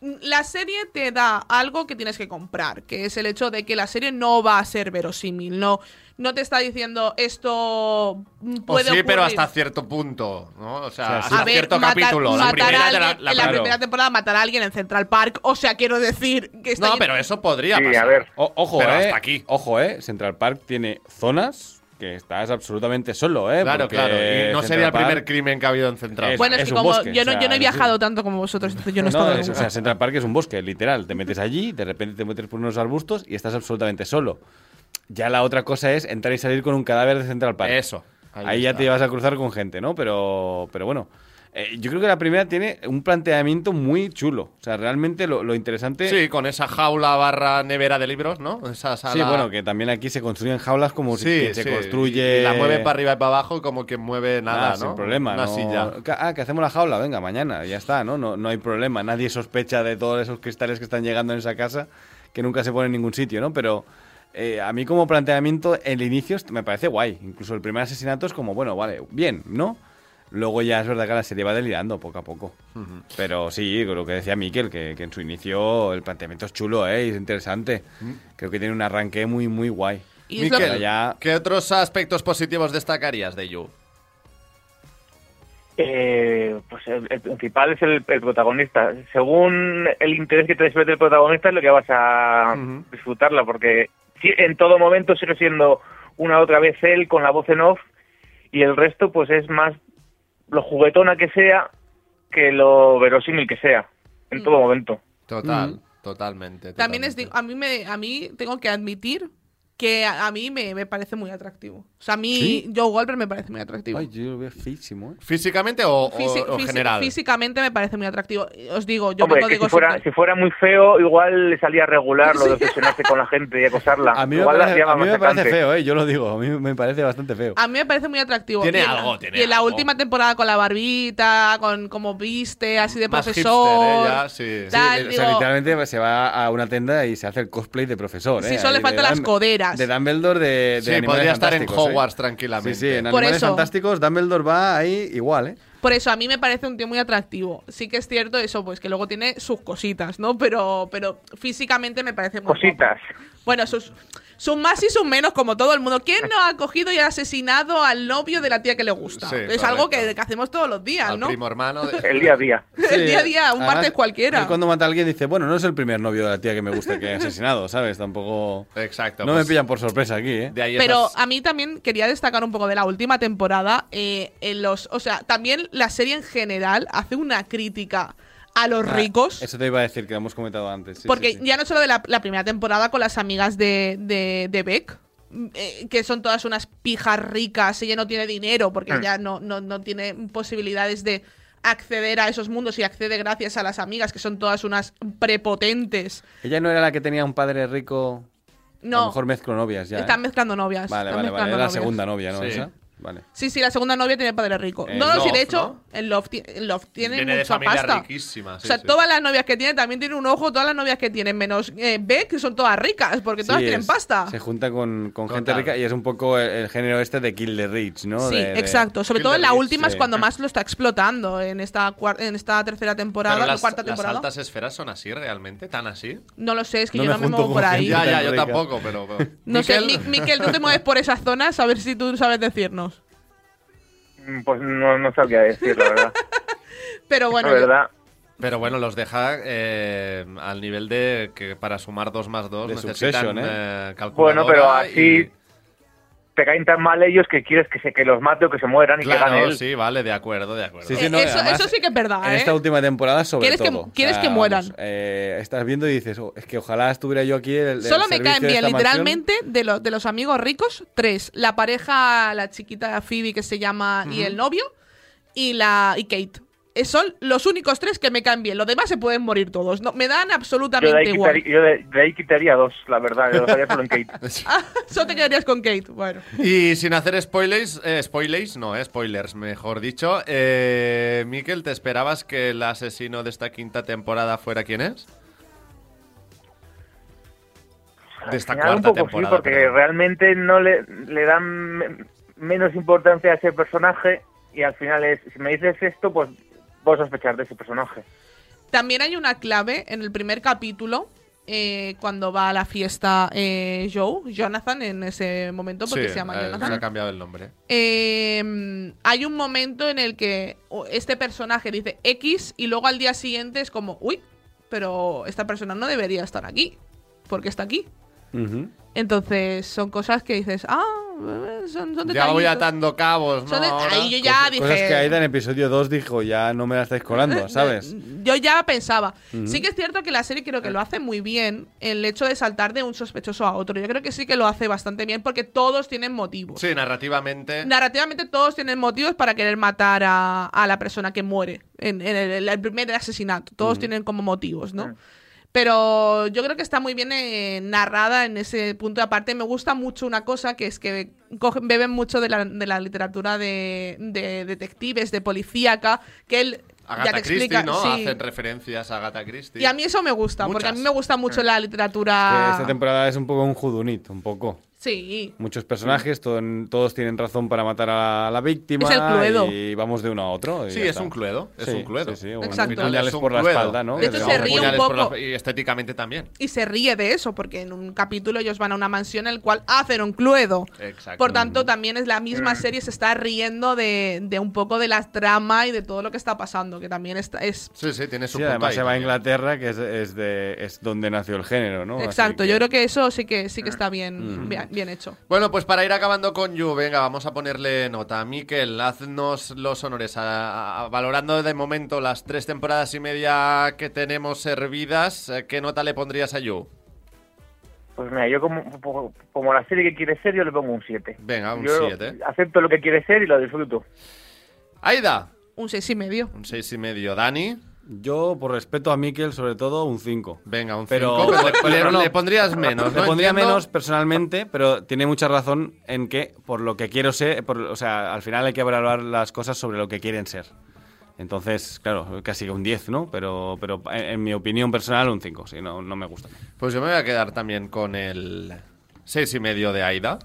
S3: La serie te da algo que tienes que comprar, que es el hecho de que la serie no va a ser verosímil, no, no te está diciendo esto mm,
S2: O
S3: puede
S2: Pues sí, pero
S3: ocurrir.
S2: hasta cierto punto, ¿no? O sea,
S4: O sea, sí.
S2: hasta
S4: A ver,
S2: cierto
S3: matar-
S2: capítulo. La
S3: matar
S2: primera,
S3: a
S2: te la-
S3: alguien-
S2: la
S3: en la
S2: primera-
S3: primera temporada matar a alguien en Central Park, o sea, quiero decir que está
S2: No,
S3: lleno-
S2: pero eso podría
S4: Sí, a
S2: pasar.
S4: ver. O- ojo,
S2: Pero
S4: eh.
S2: hasta aquí.
S4: Ojo, eh. Central Park tiene zonas que estás absolutamente solo, eh.
S2: Claro,
S4: porque
S2: claro. Y no
S4: Central
S2: sería el
S4: Park-
S2: primer crimen que ha habido en Central. Park.
S3: bueno, es,
S4: es
S3: que
S4: un
S3: como
S4: bosque,
S3: yo no,
S4: o sea,
S3: yo no he
S4: es decir-
S3: viajado tanto como vosotros, entonces yo no, he
S4: No,
S3: estado
S4: es- o
S3: nunca.
S4: sea, Central Park es un bosque, literal. Te metes allí, de repente te metes por unos arbustos y estás absolutamente solo. Ya la otra cosa es entrar y salir con un cadáver de Central Park.
S2: Eso.
S4: Ahí,
S2: Ahí
S4: ya
S2: está.
S4: te vas a cruzar con gente, ¿no? Pero, pero bueno. Eh, yo creo que la primera tiene un planteamiento muy chulo. O sea, realmente lo, lo interesante.
S2: Sí, con esa jaula barra nevera de libros, ¿no? Esa sala.
S4: Sí, bueno, que también aquí se construyen jaulas como si
S2: Sí,
S4: quien se
S2: sí.
S4: construye.
S2: Y la mueve para arriba y para abajo como que mueve nada,
S4: Nada,
S2: ¿no?
S4: sin problema.
S2: Una
S4: no-
S2: silla.
S4: Ca- Ah, que hacemos la jaula, venga, mañana, ya está, ¿no? No, no hay problema. Nadie sospecha de todos esos cristales que están llegando en esa casa, que nunca se ponen en ningún sitio, ¿no? Pero eh, a mí como planteamiento, el inicio est- me parece guay. Incluso el primer asesinato es como, bueno, vale, bien, ¿no? Luego ya es verdad que la serie va delirando poco a poco. Pero sí, lo que decía Miquel, que, que en su inicio el planteamiento es chulo, ¿eh? Y es interesante.
S2: Mm.
S4: Creo que tiene un arranque muy, muy guay.
S3: Y es lo-
S4: Pero ya-
S2: ¿Qué otros aspectos positivos destacarías de You?
S12: Eh, pues el, el principal es el, el protagonista. Según el interés que te despierte el protagonista es lo que vas a disfrutarla, porque si- en todo momento sigue siendo una otra vez él con la voz en off y el resto pues es más lo juguetona que sea que lo verosímil que sea, en todo momento.
S2: Total, totalmente.
S3: También es, digo,
S2: totalmente.
S3: a mí me, a mí tengo que admitir que a, a mí me, me parece muy atractivo. O sea, a mí
S4: ¿Sí?
S3: Joe Goldberg me parece muy atractivo.
S4: Ay, yo lo veo feísimo, ¿eh?
S2: ¿Físicamente o, o-
S3: Físi-
S2: o
S3: físi-
S2: general?
S3: Físicamente me parece muy atractivo. Os digo, yo
S12: Hombre,
S3: no
S12: que
S3: digo
S12: si fuera,
S3: siempre-
S12: si fuera muy feo, igual le salía regular lo de obsesionarse con la gente y acosarla.
S4: A mí me,
S12: Ah, igual la
S4: parece,
S12: hacía
S4: a mí
S12: más
S4: me parece
S12: atacante.
S4: feo, ¿eh? Yo lo digo, a mí me parece bastante feo.
S3: A mí me parece muy atractivo.
S4: Tiene
S3: y en la-
S4: algo, tiene
S3: Y en la
S4: algo.
S3: última temporada con la barbita, con cómo viste, así de
S2: Más
S3: profesor.
S2: hipster, ¿eh? Ya, sí.
S3: tal,
S4: o
S3: digo,
S4: sea, literalmente se va a una tienda y se hace el cosplay de profesor, ¿eh?
S3: Sí, solo le
S4: De
S3: faltan las
S4: Dum-
S3: coderas.
S4: De Dumbledore de, de
S2: Sí,
S4: Animales
S2: podría estar en
S4: Fantásticos, ¿eh?
S2: Hogwarts tranquilamente.
S4: Sí, sí, en
S3: Por
S4: Animales
S3: eso.
S4: Fantásticos Dumbledore va ahí igual, ¿eh?
S3: Por eso, a mí me parece un tío muy atractivo. Sí que es cierto eso, pues que luego tiene sus cositas, ¿no? Pero, pero físicamente me parece muy guapo.
S12: Cositas.
S3: Bueno, sus, sus más y sus menos, como todo el mundo. ¿Quién no ha cogido y ha asesinado al novio de la tía que le gusta?
S4: Sí,
S3: es
S4: correcto.
S3: algo que, que hacemos todos los días,
S2: Al
S3: ¿no?
S2: primo hermano. de-
S12: El día a día.
S3: El día a día, un
S4: Además,
S3: martes cualquiera.
S4: él cuando mata a alguien dice, bueno, no es el primer novio de la tía que me gusta que he asesinado, ¿sabes? Tampoco...
S2: Exacto.
S4: No me
S2: pues,
S4: pillan por sorpresa aquí, ¿eh?
S2: De ahí
S3: Pero ah,
S2: esas-
S3: a mí también quería destacar un poco de la última temporada. eh, en los, o sea, también la serie en general hace una crítica a los
S4: Ah,
S3: ricos.
S4: Eso te iba a decir que lo hemos comentado antes. sí, sí,
S3: porque
S4: sí.
S3: ya no solo de la, la primera temporada con las amigas de, de, de Beck, eh, que son todas unas pijas ricas, ella no tiene dinero porque
S4: Hmm.
S13: Mm.
S3: ya no, no, no tiene posibilidades de acceder a esos mundos y accede gracias a las amigas, que son todas unas prepotentes.
S4: Ella no era la que tenía un padre rico... A lo
S3: No,
S4: mejor mezclo novias ya. ¿eh?
S3: están mezclando novias.
S4: Vale,
S3: están
S4: vale, vale.
S3: mezclando
S4: Era la
S3: novias.
S4: segunda novia, ¿no? Eh,
S2: Sí.
S4: Esa. Vale.
S3: Sí, sí, la segunda novia tiene padre rico.
S2: En
S3: no, no, sí,
S2: Love,
S3: de hecho,
S2: ¿no?
S3: en Love, ti- en Love tiene
S2: Viene de
S3: mucha
S2: familia
S3: pasta.
S2: riquísima. sí,
S3: o sea,
S2: sí.
S3: todas las novias que tiene también tiene un ojo, todas las novias que tienen, menos eh, B, que son todas ricas, porque todas
S4: Sí,
S3: tienen
S4: es-
S3: pasta.
S4: Se junta con, con gente rica y es un poco el, el género este de Kill the Rich, ¿no?
S3: Sí,
S4: De- de-
S3: exacto. Sobre todo en la última es
S4: Sí.
S3: cuando más lo está explotando, en esta, cuar- en esta tercera temporada,
S2: Pero las,
S3: cuarta
S2: las
S3: temporada.
S2: altas esferas son así realmente, tan así.
S3: No lo sé, es que yo no me muevo por ahí.
S2: Ya, ya, yo tampoco, pero. pero-
S3: No sé, Mi-
S2: Miquel.
S3: Miquel, tú te mueves por esas zonas, a ver si tú sabes decirnos.
S12: Mm, Pues no, no sabría decir, la verdad.
S3: Pero bueno,
S12: la
S3: yo-
S12: verdad.
S2: Pero bueno, los deja eh, al nivel de que para sumar 2 más 2
S4: De
S2: necesitan
S4: Succession, ¿eh?
S2: eh, calculadora
S12: Bueno, pero
S2: y-
S12: así te caen tan mal ellos que quieres que, se, que los mate o que se mueran y que gane
S2: Claro,
S12: él.
S2: sí, vale, de acuerdo, de acuerdo.
S4: Sí, sí, no,
S3: eh, eso,
S4: además,
S3: eso sí que es verdad,
S4: En
S3: ¿eh?
S4: esta última temporada, sobre
S3: ¿Quieres que-
S4: todo.
S3: quieres que mueran?
S4: vamos, eh, estás viendo y dices, "Oh, es que ojalá estuviera yo aquí. el- el
S3: Solo me
S4: servicio
S3: caen
S4: de
S3: bien,
S4: esta mansión".
S3: literalmente, de, los de los amigos ricos, tres. La pareja, la chiquita Phoebe que se llama y el novio, y la y Kate. Eh, Son los únicos tres que me caen bien. Los demás se pueden morir todos. No, me dan
S12: Yo, de
S3: absolutamente
S12: ahí,
S3: igual.
S12: quitaría, yo de, de ahí quitaría dos, la verdad. Yo dejaría solo en Kate.
S3: Ah, solo te quedarías con Kate. Bueno.
S2: Y sin hacer spoilers, eh, spoilers, no, eh, spoilers, mejor dicho. Eh, Miquel, ¿te esperabas que el asesino de esta quinta temporada fuera quién es? De esta
S12: Al final,
S2: cuarta
S12: un poco
S2: temporada.
S12: Sí, porque
S2: perdón.
S12: realmente no le, le dan me- menos importancia a ese personaje y al final es, si me dices esto, pues voy a sospechar de ese personaje.
S3: También hay una clave en el primer capítulo, eh, cuando va a la fiesta eh, Joe, Jonathan en ese momento, porque
S2: Sí,
S3: se llama
S2: eh,
S3: Jonathan.
S2: se ha cambiado el nombre.
S3: Eh, hay un momento en el que o- este personaje dice X y luego al día siguiente es como, uy, pero esta persona no debería estar aquí, porque está aquí.
S4: Ujú.
S3: Entonces son cosas que dices, ah, eh, son, son
S2: Ya voy
S3: detallitos.
S2: atando cabos, ¿no?
S3: Son de-
S2: Ahora.
S3: ahí yo ya dije,
S4: Cosas que Aida en episodio 2 dijo, ya no me la estáis colando, ¿sabes?
S3: yo ya pensaba.
S4: Ujú.
S3: Sí que es cierto que la serie creo que lo hace muy bien el hecho de saltar de un sospechoso a otro. Yo creo que sí que lo hace bastante bien porque todos tienen motivos.
S2: Sí, narrativamente.
S3: Narrativamente todos tienen motivos para querer matar a, a la persona que muere en, en el, el primer asesinato. Todos tienen como motivos, ¿no? Pero yo creo que está muy bien eh, narrada en ese punto. Y Aparte, me gusta mucho una cosa que es que cogen- beben mucho de la, de la literatura de, de detectives, de policíaca, que él ya te
S2: Agatha Christie,
S3: explica.
S2: ¿no?
S3: sí.
S2: Hacen referencias a Agatha Christie.
S3: Y a mí eso me gusta, porque a mí
S2: Muchas.
S3: me gusta mucho la
S4: Que
S3: literatura.
S4: esta temporada es un poco un judunit, un poco.
S3: Sí.
S4: Muchos personajes, todo- todos tienen razón para matar a la víctima.
S3: Mm. Es el Cluedo.
S4: Y vamos de uno a otro. y
S2: Sí,
S4: ya
S2: es
S4: está.
S2: un cluedo, es
S4: Sí,
S2: un cluedo.
S4: Sí, sí, un-
S3: Exacto.
S4: puñales
S2: Es un
S4: por la
S2: cluedo.
S4: espalda, ¿no?
S3: De hecho,
S4: Que
S3: se
S4: digamos,
S3: ríe un
S2: Puñales por la-
S3: poco.
S2: Y estéticamente también.
S3: Y se ríe de eso, porque en un capítulo ellos van a una mansión en el cual hacen un cluedo.
S2: Exacto.
S3: Por tanto, también es la misma
S4: Mm.
S3: serie, se está riendo de, de un poco de la trama y de todo lo que está pasando, que también está, es...
S2: Sí, sí, tiene su
S4: Sí,
S2: punto
S4: además
S2: ahí
S4: se va a
S2: también.
S4: Inglaterra, que es, es de, es donde nació el género, ¿no? Oh, Así Mm.
S3: Exacto, yo creo que eso sí que, sí que está bien, bien, bien hecho.
S2: Bueno, pues para ir acabando con You, venga, vamos a ponerle nota. Miquel, haznos los honores. a- a- valorando de momento las tres temporadas y media que tenemos servidas, eh, ¿qué nota le pondrías a You?
S12: Pues mira, yo como, como la serie que quiere ser, yo le pongo un 7.
S2: Venga, un
S12: Yo
S2: 7.
S12: acepto lo que quiere ser y lo disfruto.
S2: Aida,
S3: Un seis y medio.
S2: un seis y medio. Dani,
S4: Yo, por respeto a Miquel, sobre todo, un 5.
S2: venga, un 5.
S4: Pero-
S2: le, le-
S4: pero no.
S2: le pondrías menos,
S4: Le
S2: ¿no?
S4: pondría
S2: Entiendo.
S4: menos personalmente, pero tiene mucha razón en que, por lo que quiero ser, por- o sea, al final hay que evaluar las cosas sobre lo que quieren ser. Entonces, claro, casi un 10, ¿no? Pero, pero en, en mi opinión personal, un 5, si no, no me gusta.
S2: Pues yo me voy a quedar también con el seis y medio de Aida.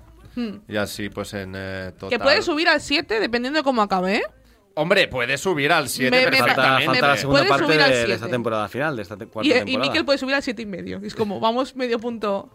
S2: Y así, pues en eh, total.
S3: Hmm. Que puede subir al 7 dependiendo de cómo acabe, ¿eh?
S2: Hombre, puede subir al 7
S3: Me- me-
S4: Falta,
S2: perfectamente.
S4: falta la segunda
S3: puedes
S4: parte
S3: subir al
S4: de, de esta
S3: siete.
S4: temporada final, de esta te- cuarta
S3: Y, y
S4: temporada.
S3: Miquel puede subir al siete y medio. Es como, vamos medio punto.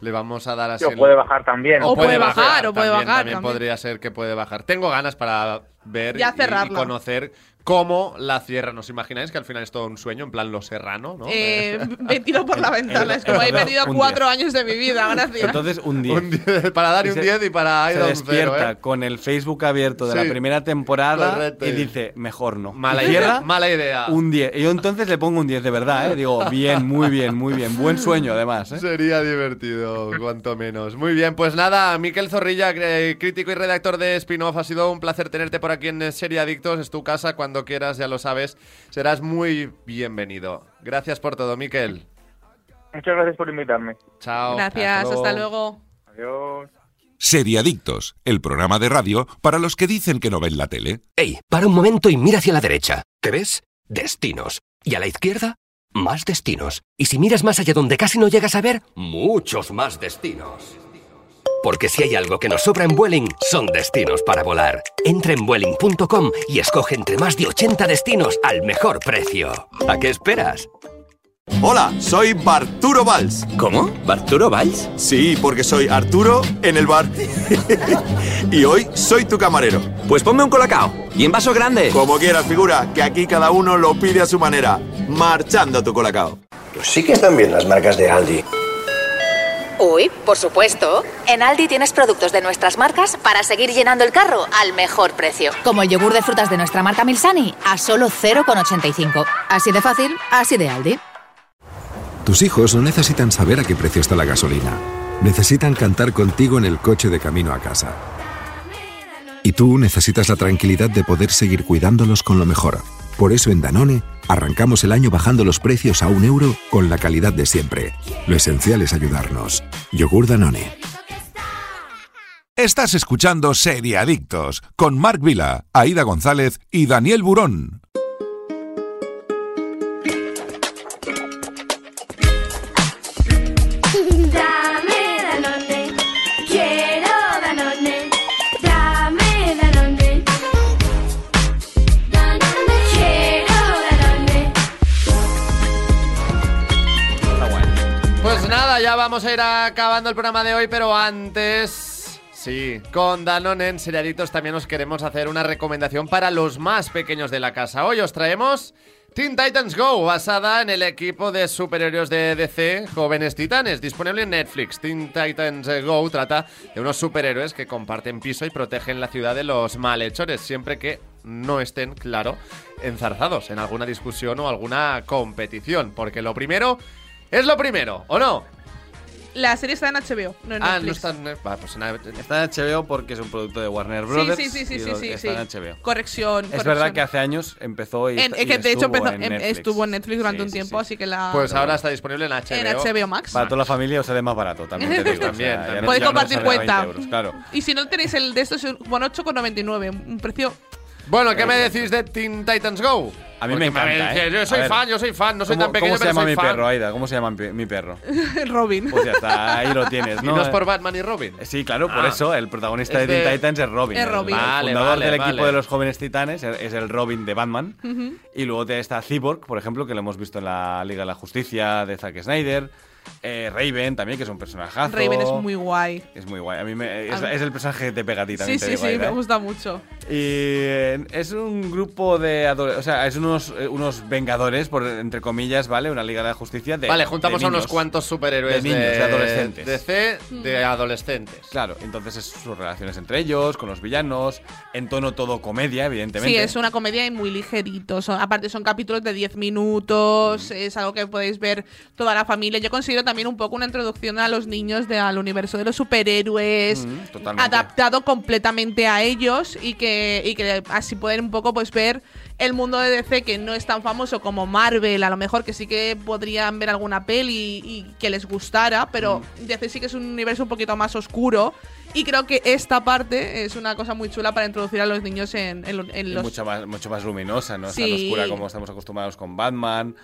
S2: Le vamos a dar así.
S12: Yo
S2: el-
S12: puede bajar también.
S3: O puede bajar, o puede
S2: también,
S3: bajar,
S2: También,
S3: también.
S2: podría ser que puede bajar. Tengo ganas para ver
S3: Ya
S2: y- y,
S3: cerrarla.
S2: conocer cómo la cierran. ¿Os imagináis que al final es todo un sueño, en plan lo serrano, no?
S3: Eh, metido por la ventana. Es como, he perdido
S4: Un
S3: cuatro años de mi vida, gracias.
S4: Entonces, un 10.
S2: Un 10 para Dani un
S4: se-
S2: 10 y para
S4: se
S2: Aida un 0,
S4: despierta
S2: ¿eh?
S4: con el Facebook abierto de
S2: Sí.
S4: la primera temporada
S2: Correcto. eh.
S4: y dice, mejor no.
S2: Mala
S4: Y
S2: idea.
S4: cierra
S2: Mala idea.
S4: Un 10. Y yo entonces le pongo un 10 de verdad, ¿eh? Digo, bien, muy bien, muy bien. Buen sueño, además, ¿eh?
S2: Sería divertido, cuanto menos. Muy bien, pues nada, Miquel Zorrilla, cre- crítico y redactor de Spin-Off, ha sido un placer tenerte por aquí en eh, Serie Adictos. Es tu casa, cuando quieras, ya lo sabes. Serás muy bienvenido. Gracias por todo, Miquel.
S12: Muchas gracias por invitarme.
S2: Chao.
S3: Gracias, hasta luego.
S12: Adiós.
S1: Seriadictos, el programa de radio para los que dicen que no ven la tele.
S7: ¡Ey! Para un momento y mira hacia la derecha. ¿Qué ves? Destinos. Y a la izquierda, más destinos. Y si miras más allá donde casi no llegas a ver, muchos más destinos. Porque si hay algo que nos sobra en Vueling, son destinos para volar. Entra en Vueling.com y escoge entre más de 80 destinos al mejor precio. ¿A qué esperas?
S6: Hola, soy Barturo Valls.
S7: ¿Cómo? ¿Barturo Valls?
S6: Sí, porque soy Arturo en el bar. y hoy soy tu camarero.
S7: Pues ponme un colacao. Y en vaso grande.
S6: Como quieras, figura, que aquí cada uno lo pide a su manera. Marchando tu colacao.
S8: Pues sí que están bien las marcas de Aldi.
S10: Uy, por supuesto. En Aldi tienes productos de nuestras marcas para seguir llenando el carro al mejor precio.
S9: Como el yogur de frutas de nuestra marca Milsani a solo 0,85. Así de fácil, así de Aldi.
S11: Tus hijos no necesitan saber a qué precio está la gasolina. Necesitan cantar contigo en el coche de camino a casa. Y tú necesitas la tranquilidad de poder seguir cuidándolos con lo mejor. Por eso en Danone arrancamos el año bajando los precios a un euro con la calidad de siempre. Lo esencial es ayudarnos. Yogur Danone.
S1: Estás escuchando Seriadictos con Marc Vila, Aida González y Daniel Burón.
S13: Dame Danone, quiero Danone. Dame Danone. Danone, quiero Danone.
S2: Pues nada, ya vamos a ir acabando el programa de hoy, pero antes. Sí, con Danone en Seriadictos también os queremos hacer una recomendación para los más pequeños de la casa. Hoy os traemos Teen Titans Go, basada en el equipo de superhéroes de DC, Jóvenes Titanes, disponible en Netflix. Teen Titans Go trata de unos superhéroes que comparten piso y protegen la ciudad de los malhechores, siempre que no estén, claro, enzarzados en alguna discusión o alguna competición. Porque lo primero es lo primero, ¿o no?
S3: La serie está en HBO, no en
S4: Ah,
S3: Netflix.
S4: no está
S2: eh,
S4: en Netflix. pues está en HBO porque es un producto de Warner
S3: Sí,
S4: Brothers.
S3: sí, sí, sí,
S4: y
S3: sí,
S4: lo-
S3: sí,
S4: Está en
S3: sí.
S4: HBO.
S3: Corrección,
S4: Es
S3: corrección.
S4: verdad que hace años empezó y,
S3: En-
S4: est-
S3: es
S4: y
S3: que de hecho
S4: estuvo
S3: empezó-
S4: en
S3: em-
S4: Netflix.
S3: estuvo en Netflix durante un tiempo, así que la.
S4: Pues ahora está disponible en HBO.
S3: Ah. En HBO Max.
S4: Para toda la familia os sale más barato también. te digo, o sea,
S2: También,
S4: ya
S2: también.
S4: no-
S3: Podéis
S4: ya no
S3: compartir
S4: sale a 20
S3: cuenta.
S4: euros, claro.
S3: Y si no tenéis el de estos, es un- bueno, 8,99. Un precio.
S2: Bueno, ¿qué me decís de Teen Titans Go?
S4: A mí
S2: Porque
S4: me encanta.
S2: dice,
S4: ¿eh?
S2: Yo soy
S4: A ver,
S2: fan, yo soy fan, no soy
S4: ¿cómo-
S2: tan pequeño,
S4: ¿Cómo se
S2: pero
S4: llama
S2: soy
S4: mi
S2: fan.
S4: perro, Aida? ¿Cómo se llama mi mi perro?
S3: Robin.
S4: Pues ya está, ahí lo tienes,
S2: Y
S4: ¿no?
S2: no es por Batman y Robin.
S4: Sí, claro, por
S2: Ah.
S4: eso el protagonista
S2: Es
S4: de Teen
S2: de-
S4: Titans es Robin.
S2: Es
S4: el-
S2: Robin.
S4: El,
S2: Vale,
S4: fundador
S2: vale,
S4: del equipo
S2: vale.
S4: de los jóvenes titanes es, es el Robin de Batman. Y luego te- está Cyborg, por ejemplo, que lo hemos visto en la Liga de la Justicia de Zack Snyder. Eh, Raven también, que es un personajazo.
S3: Raven es muy guay.
S4: Es muy guay. A mí me- es,
S3: A mí-
S4: es el personaje que te pega a ti
S3: Sí,
S4: también. te
S3: sí,
S4: digo,
S3: sí,
S4: Aida,
S3: me
S4: ¿eh?
S3: gusta mucho.
S4: Y eh, es un grupo de adolescentes, o sea, es unos, eh, unos vengadores, por, entre comillas, ¿vale? Una Liga de la Justicia de
S2: vale, juntamos
S4: de
S2: a unos
S4: niños.
S2: cuantos superhéroes
S4: De niños, de adolescentes.
S2: DC, de adolescentes.
S4: Claro, entonces es sus relaciones entre ellos, con los villanos, en tono todo comedia,
S3: Sí,
S4: evidentemente.
S3: es una comedia y muy ligerito. Son- aparte, son capítulos de 10 minutos.
S4: Mm.
S3: Es algo que podéis ver toda la familia. Yo considero también un poco una introducción a los niños de- al universo de los superhéroes.
S4: Mm, totalmente.
S3: adaptado completamente a ellos y que, y que así pueden un poco pues ver el mundo de DC que no es tan famoso como Marvel, a lo mejor que sí que podrían ver alguna peli y que les gustara, pero
S4: Mm.
S3: DC sí que es un universo un poquito más oscuro y creo que esta parte es una cosa muy chula para introducir a los niños en, en lo- en
S4: Y
S3: los...
S4: mucho, más, mucho más luminosa, no es tan
S3: Sí.
S4: oscura como estamos acostumbrados con Batman.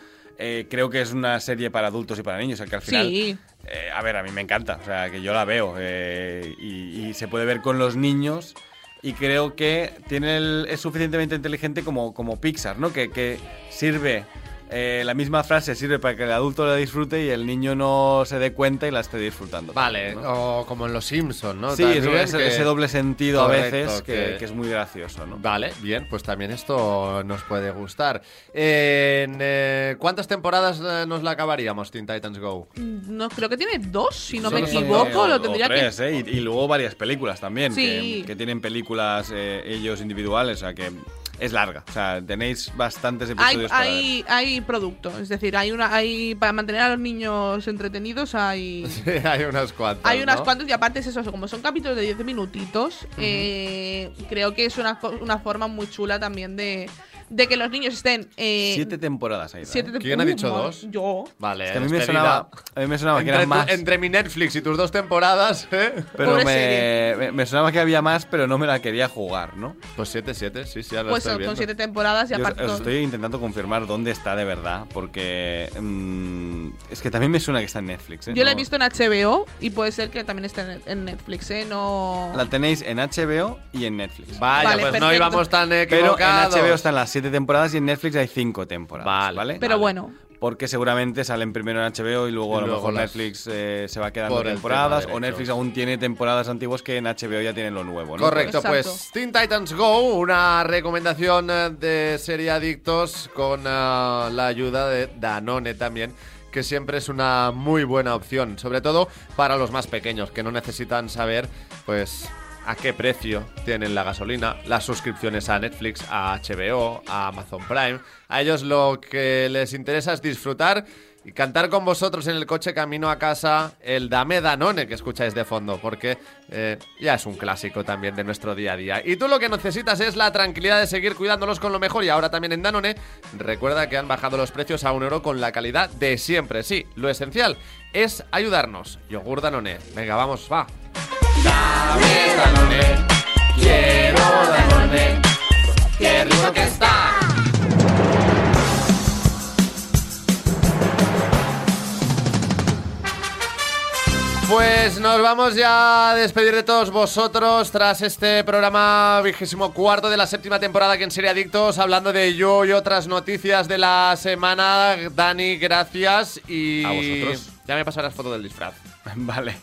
S4: Eh, creo que es una serie para adultos y para niños, o sea, que al final...
S3: Sí.
S4: eh, a ver, a mí me encanta, o sea, que yo la veo eh, y, y se puede ver con los niños y creo que tiene el- es suficientemente inteligente como, como Pixar, ¿no? Que, que sirve, eh, la misma frase sirve para que el adulto la disfrute y el niño no se dé cuenta y la esté disfrutando.
S2: Vale, o como en Los Simpsons, ¿no?
S4: Sí,
S2: También
S4: eso- ese,
S2: que-
S4: ese doble sentido
S2: Correcto,
S4: a veces que, que es muy gracioso, ¿no?
S2: Vale, bien, pues también esto nos puede gustar. En, eh, ¿Cuántas temporadas eh, nos la acabaríamos, Teen Titans Go?
S3: Mm, No, creo que tiene dos, si no
S4: Solo
S3: me
S4: son
S3: equivoco,
S4: dos
S3: lo
S4: o
S3: tendría
S4: tres,
S3: que...
S4: ¿eh? y, y luego varias películas también,
S3: Sí.
S4: que, que tienen películas eh, ellos individuales, o sea que es larga. O sea, tenéis bastantes
S3: Hay,
S4: episodios para ver.
S3: hay, hay producto, es decir, hay una hay para mantener a los niños entretenidos hay
S2: Hay unas cuantas.
S3: Hay unas
S2: ¿no?
S3: cuantas y aparte es eso, como son capítulos de 10 minutitos, eh, creo que es una, co- una forma muy chula también de, de que los niños estén. eh,
S4: Siete temporadas ahí.
S3: siete tem-
S2: ¿Quién ha
S3: Uy,
S2: dicho
S3: madre,
S2: dos?
S3: Yo.
S2: Vale,
S4: Es que a mí me
S2: despedida.
S4: sonaba- a mí me sonaba que
S2: entre
S4: eran
S2: tu-
S4: más.
S2: Entre mi Netflix y tus dos temporadas, ¿eh?
S4: Pero me, me, me sonaba que había más, pero no me la quería jugar, ¿no?
S2: Pues 7-7, sí, sí, ya
S3: Pues son con siete temporadas y
S4: Yo os-
S3: aparte.
S4: os
S3: con-
S4: estoy intentando confirmar dónde está de verdad, porque mm, es que también me suena que está en Netflix. ¿eh?
S3: Yo la he
S4: No-
S3: visto en HBO y puede ser que también esté en- en Netflix, ¿eh? No.
S4: La tenéis en HBO y en Netflix.
S2: Vaya,
S3: Vale,
S2: pues no
S3: perfecto.
S2: íbamos tan
S4: Pero en
S2: equivocados.
S4: HBO están las siete temporadas y en Netflix hay cinco temporadas. Vale.
S3: Pero bueno.
S4: Porque seguramente salen primero en HBO y luego a
S2: Y
S4: lo
S2: luego
S4: mejor
S2: las-
S4: Netflix eh, se va quedando
S2: Por el
S4: temporadas
S2: tema
S4: o
S2: de
S4: Netflix aún tiene temporadas antiguas que en HBO ya tienen lo nuevo, ¿no?
S2: Correcto,
S4: Por eso.
S2: pues Teen Titans Go, una recomendación eh, de serie adictos con eh, la ayuda de Danone también, que siempre es una muy buena opción, sobre todo para los más pequeños que no necesitan saber, pues a qué precio tienen la gasolina, las suscripciones a Netflix, a HBO, a Amazon Prime. A ellos lo que les interesa es disfrutar y cantar con vosotros en el coche camino a casa el Dame Danone que escucháis de fondo, porque eh, ya es un clásico también de nuestro día a día. Y tú lo que necesitas es la tranquilidad de seguir cuidándolos con lo mejor y ahora también en Danone, recuerda que han bajado los precios a un euro con la calidad de siempre. Sí, lo esencial es ayudarnos. Yogur Danone. Venga, vamos, va. Dame Danone, quiero Danone, qué rico que está. Pues nos vamos ya a despedir de todos vosotros tras este programa vigésimo cuarto de la séptima temporada que en Serie Adictos, hablando de yo y otras noticias de la semana. Dani, gracias y...
S4: A vosotros.
S2: Ya me pasarás foto del disfraz.
S4: Vale.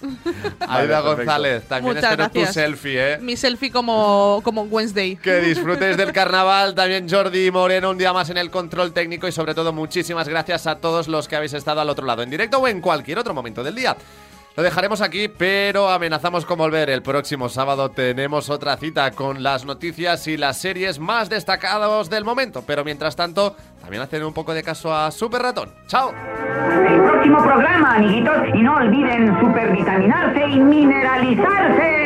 S2: Aida
S4: perfecto.
S2: González, también
S3: Muchas
S2: espero tu
S3: gracias.
S2: selfie, ¿eh?
S3: Mi selfie como, como Wednesday.
S2: Que disfrutes del carnaval. También Jordi Moreno, un día más en el control técnico. Y sobre todo, muchísimas gracias a todos los que habéis estado al otro lado, en directo o en cualquier otro momento del día. Lo dejaremos aquí, pero amenazamos con volver. El próximo sábado tenemos otra cita con las noticias y las series más destacadas del momento. Pero mientras tanto, también hacen un poco de caso a Super Ratón. ¡Chao!
S14: Próximo programa, amiguitos, y no olviden supervitaminarse y mineralizarse.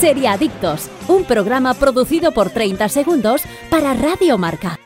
S15: Sería Adictos, un programa producido por 30 segundos para Radio Marca.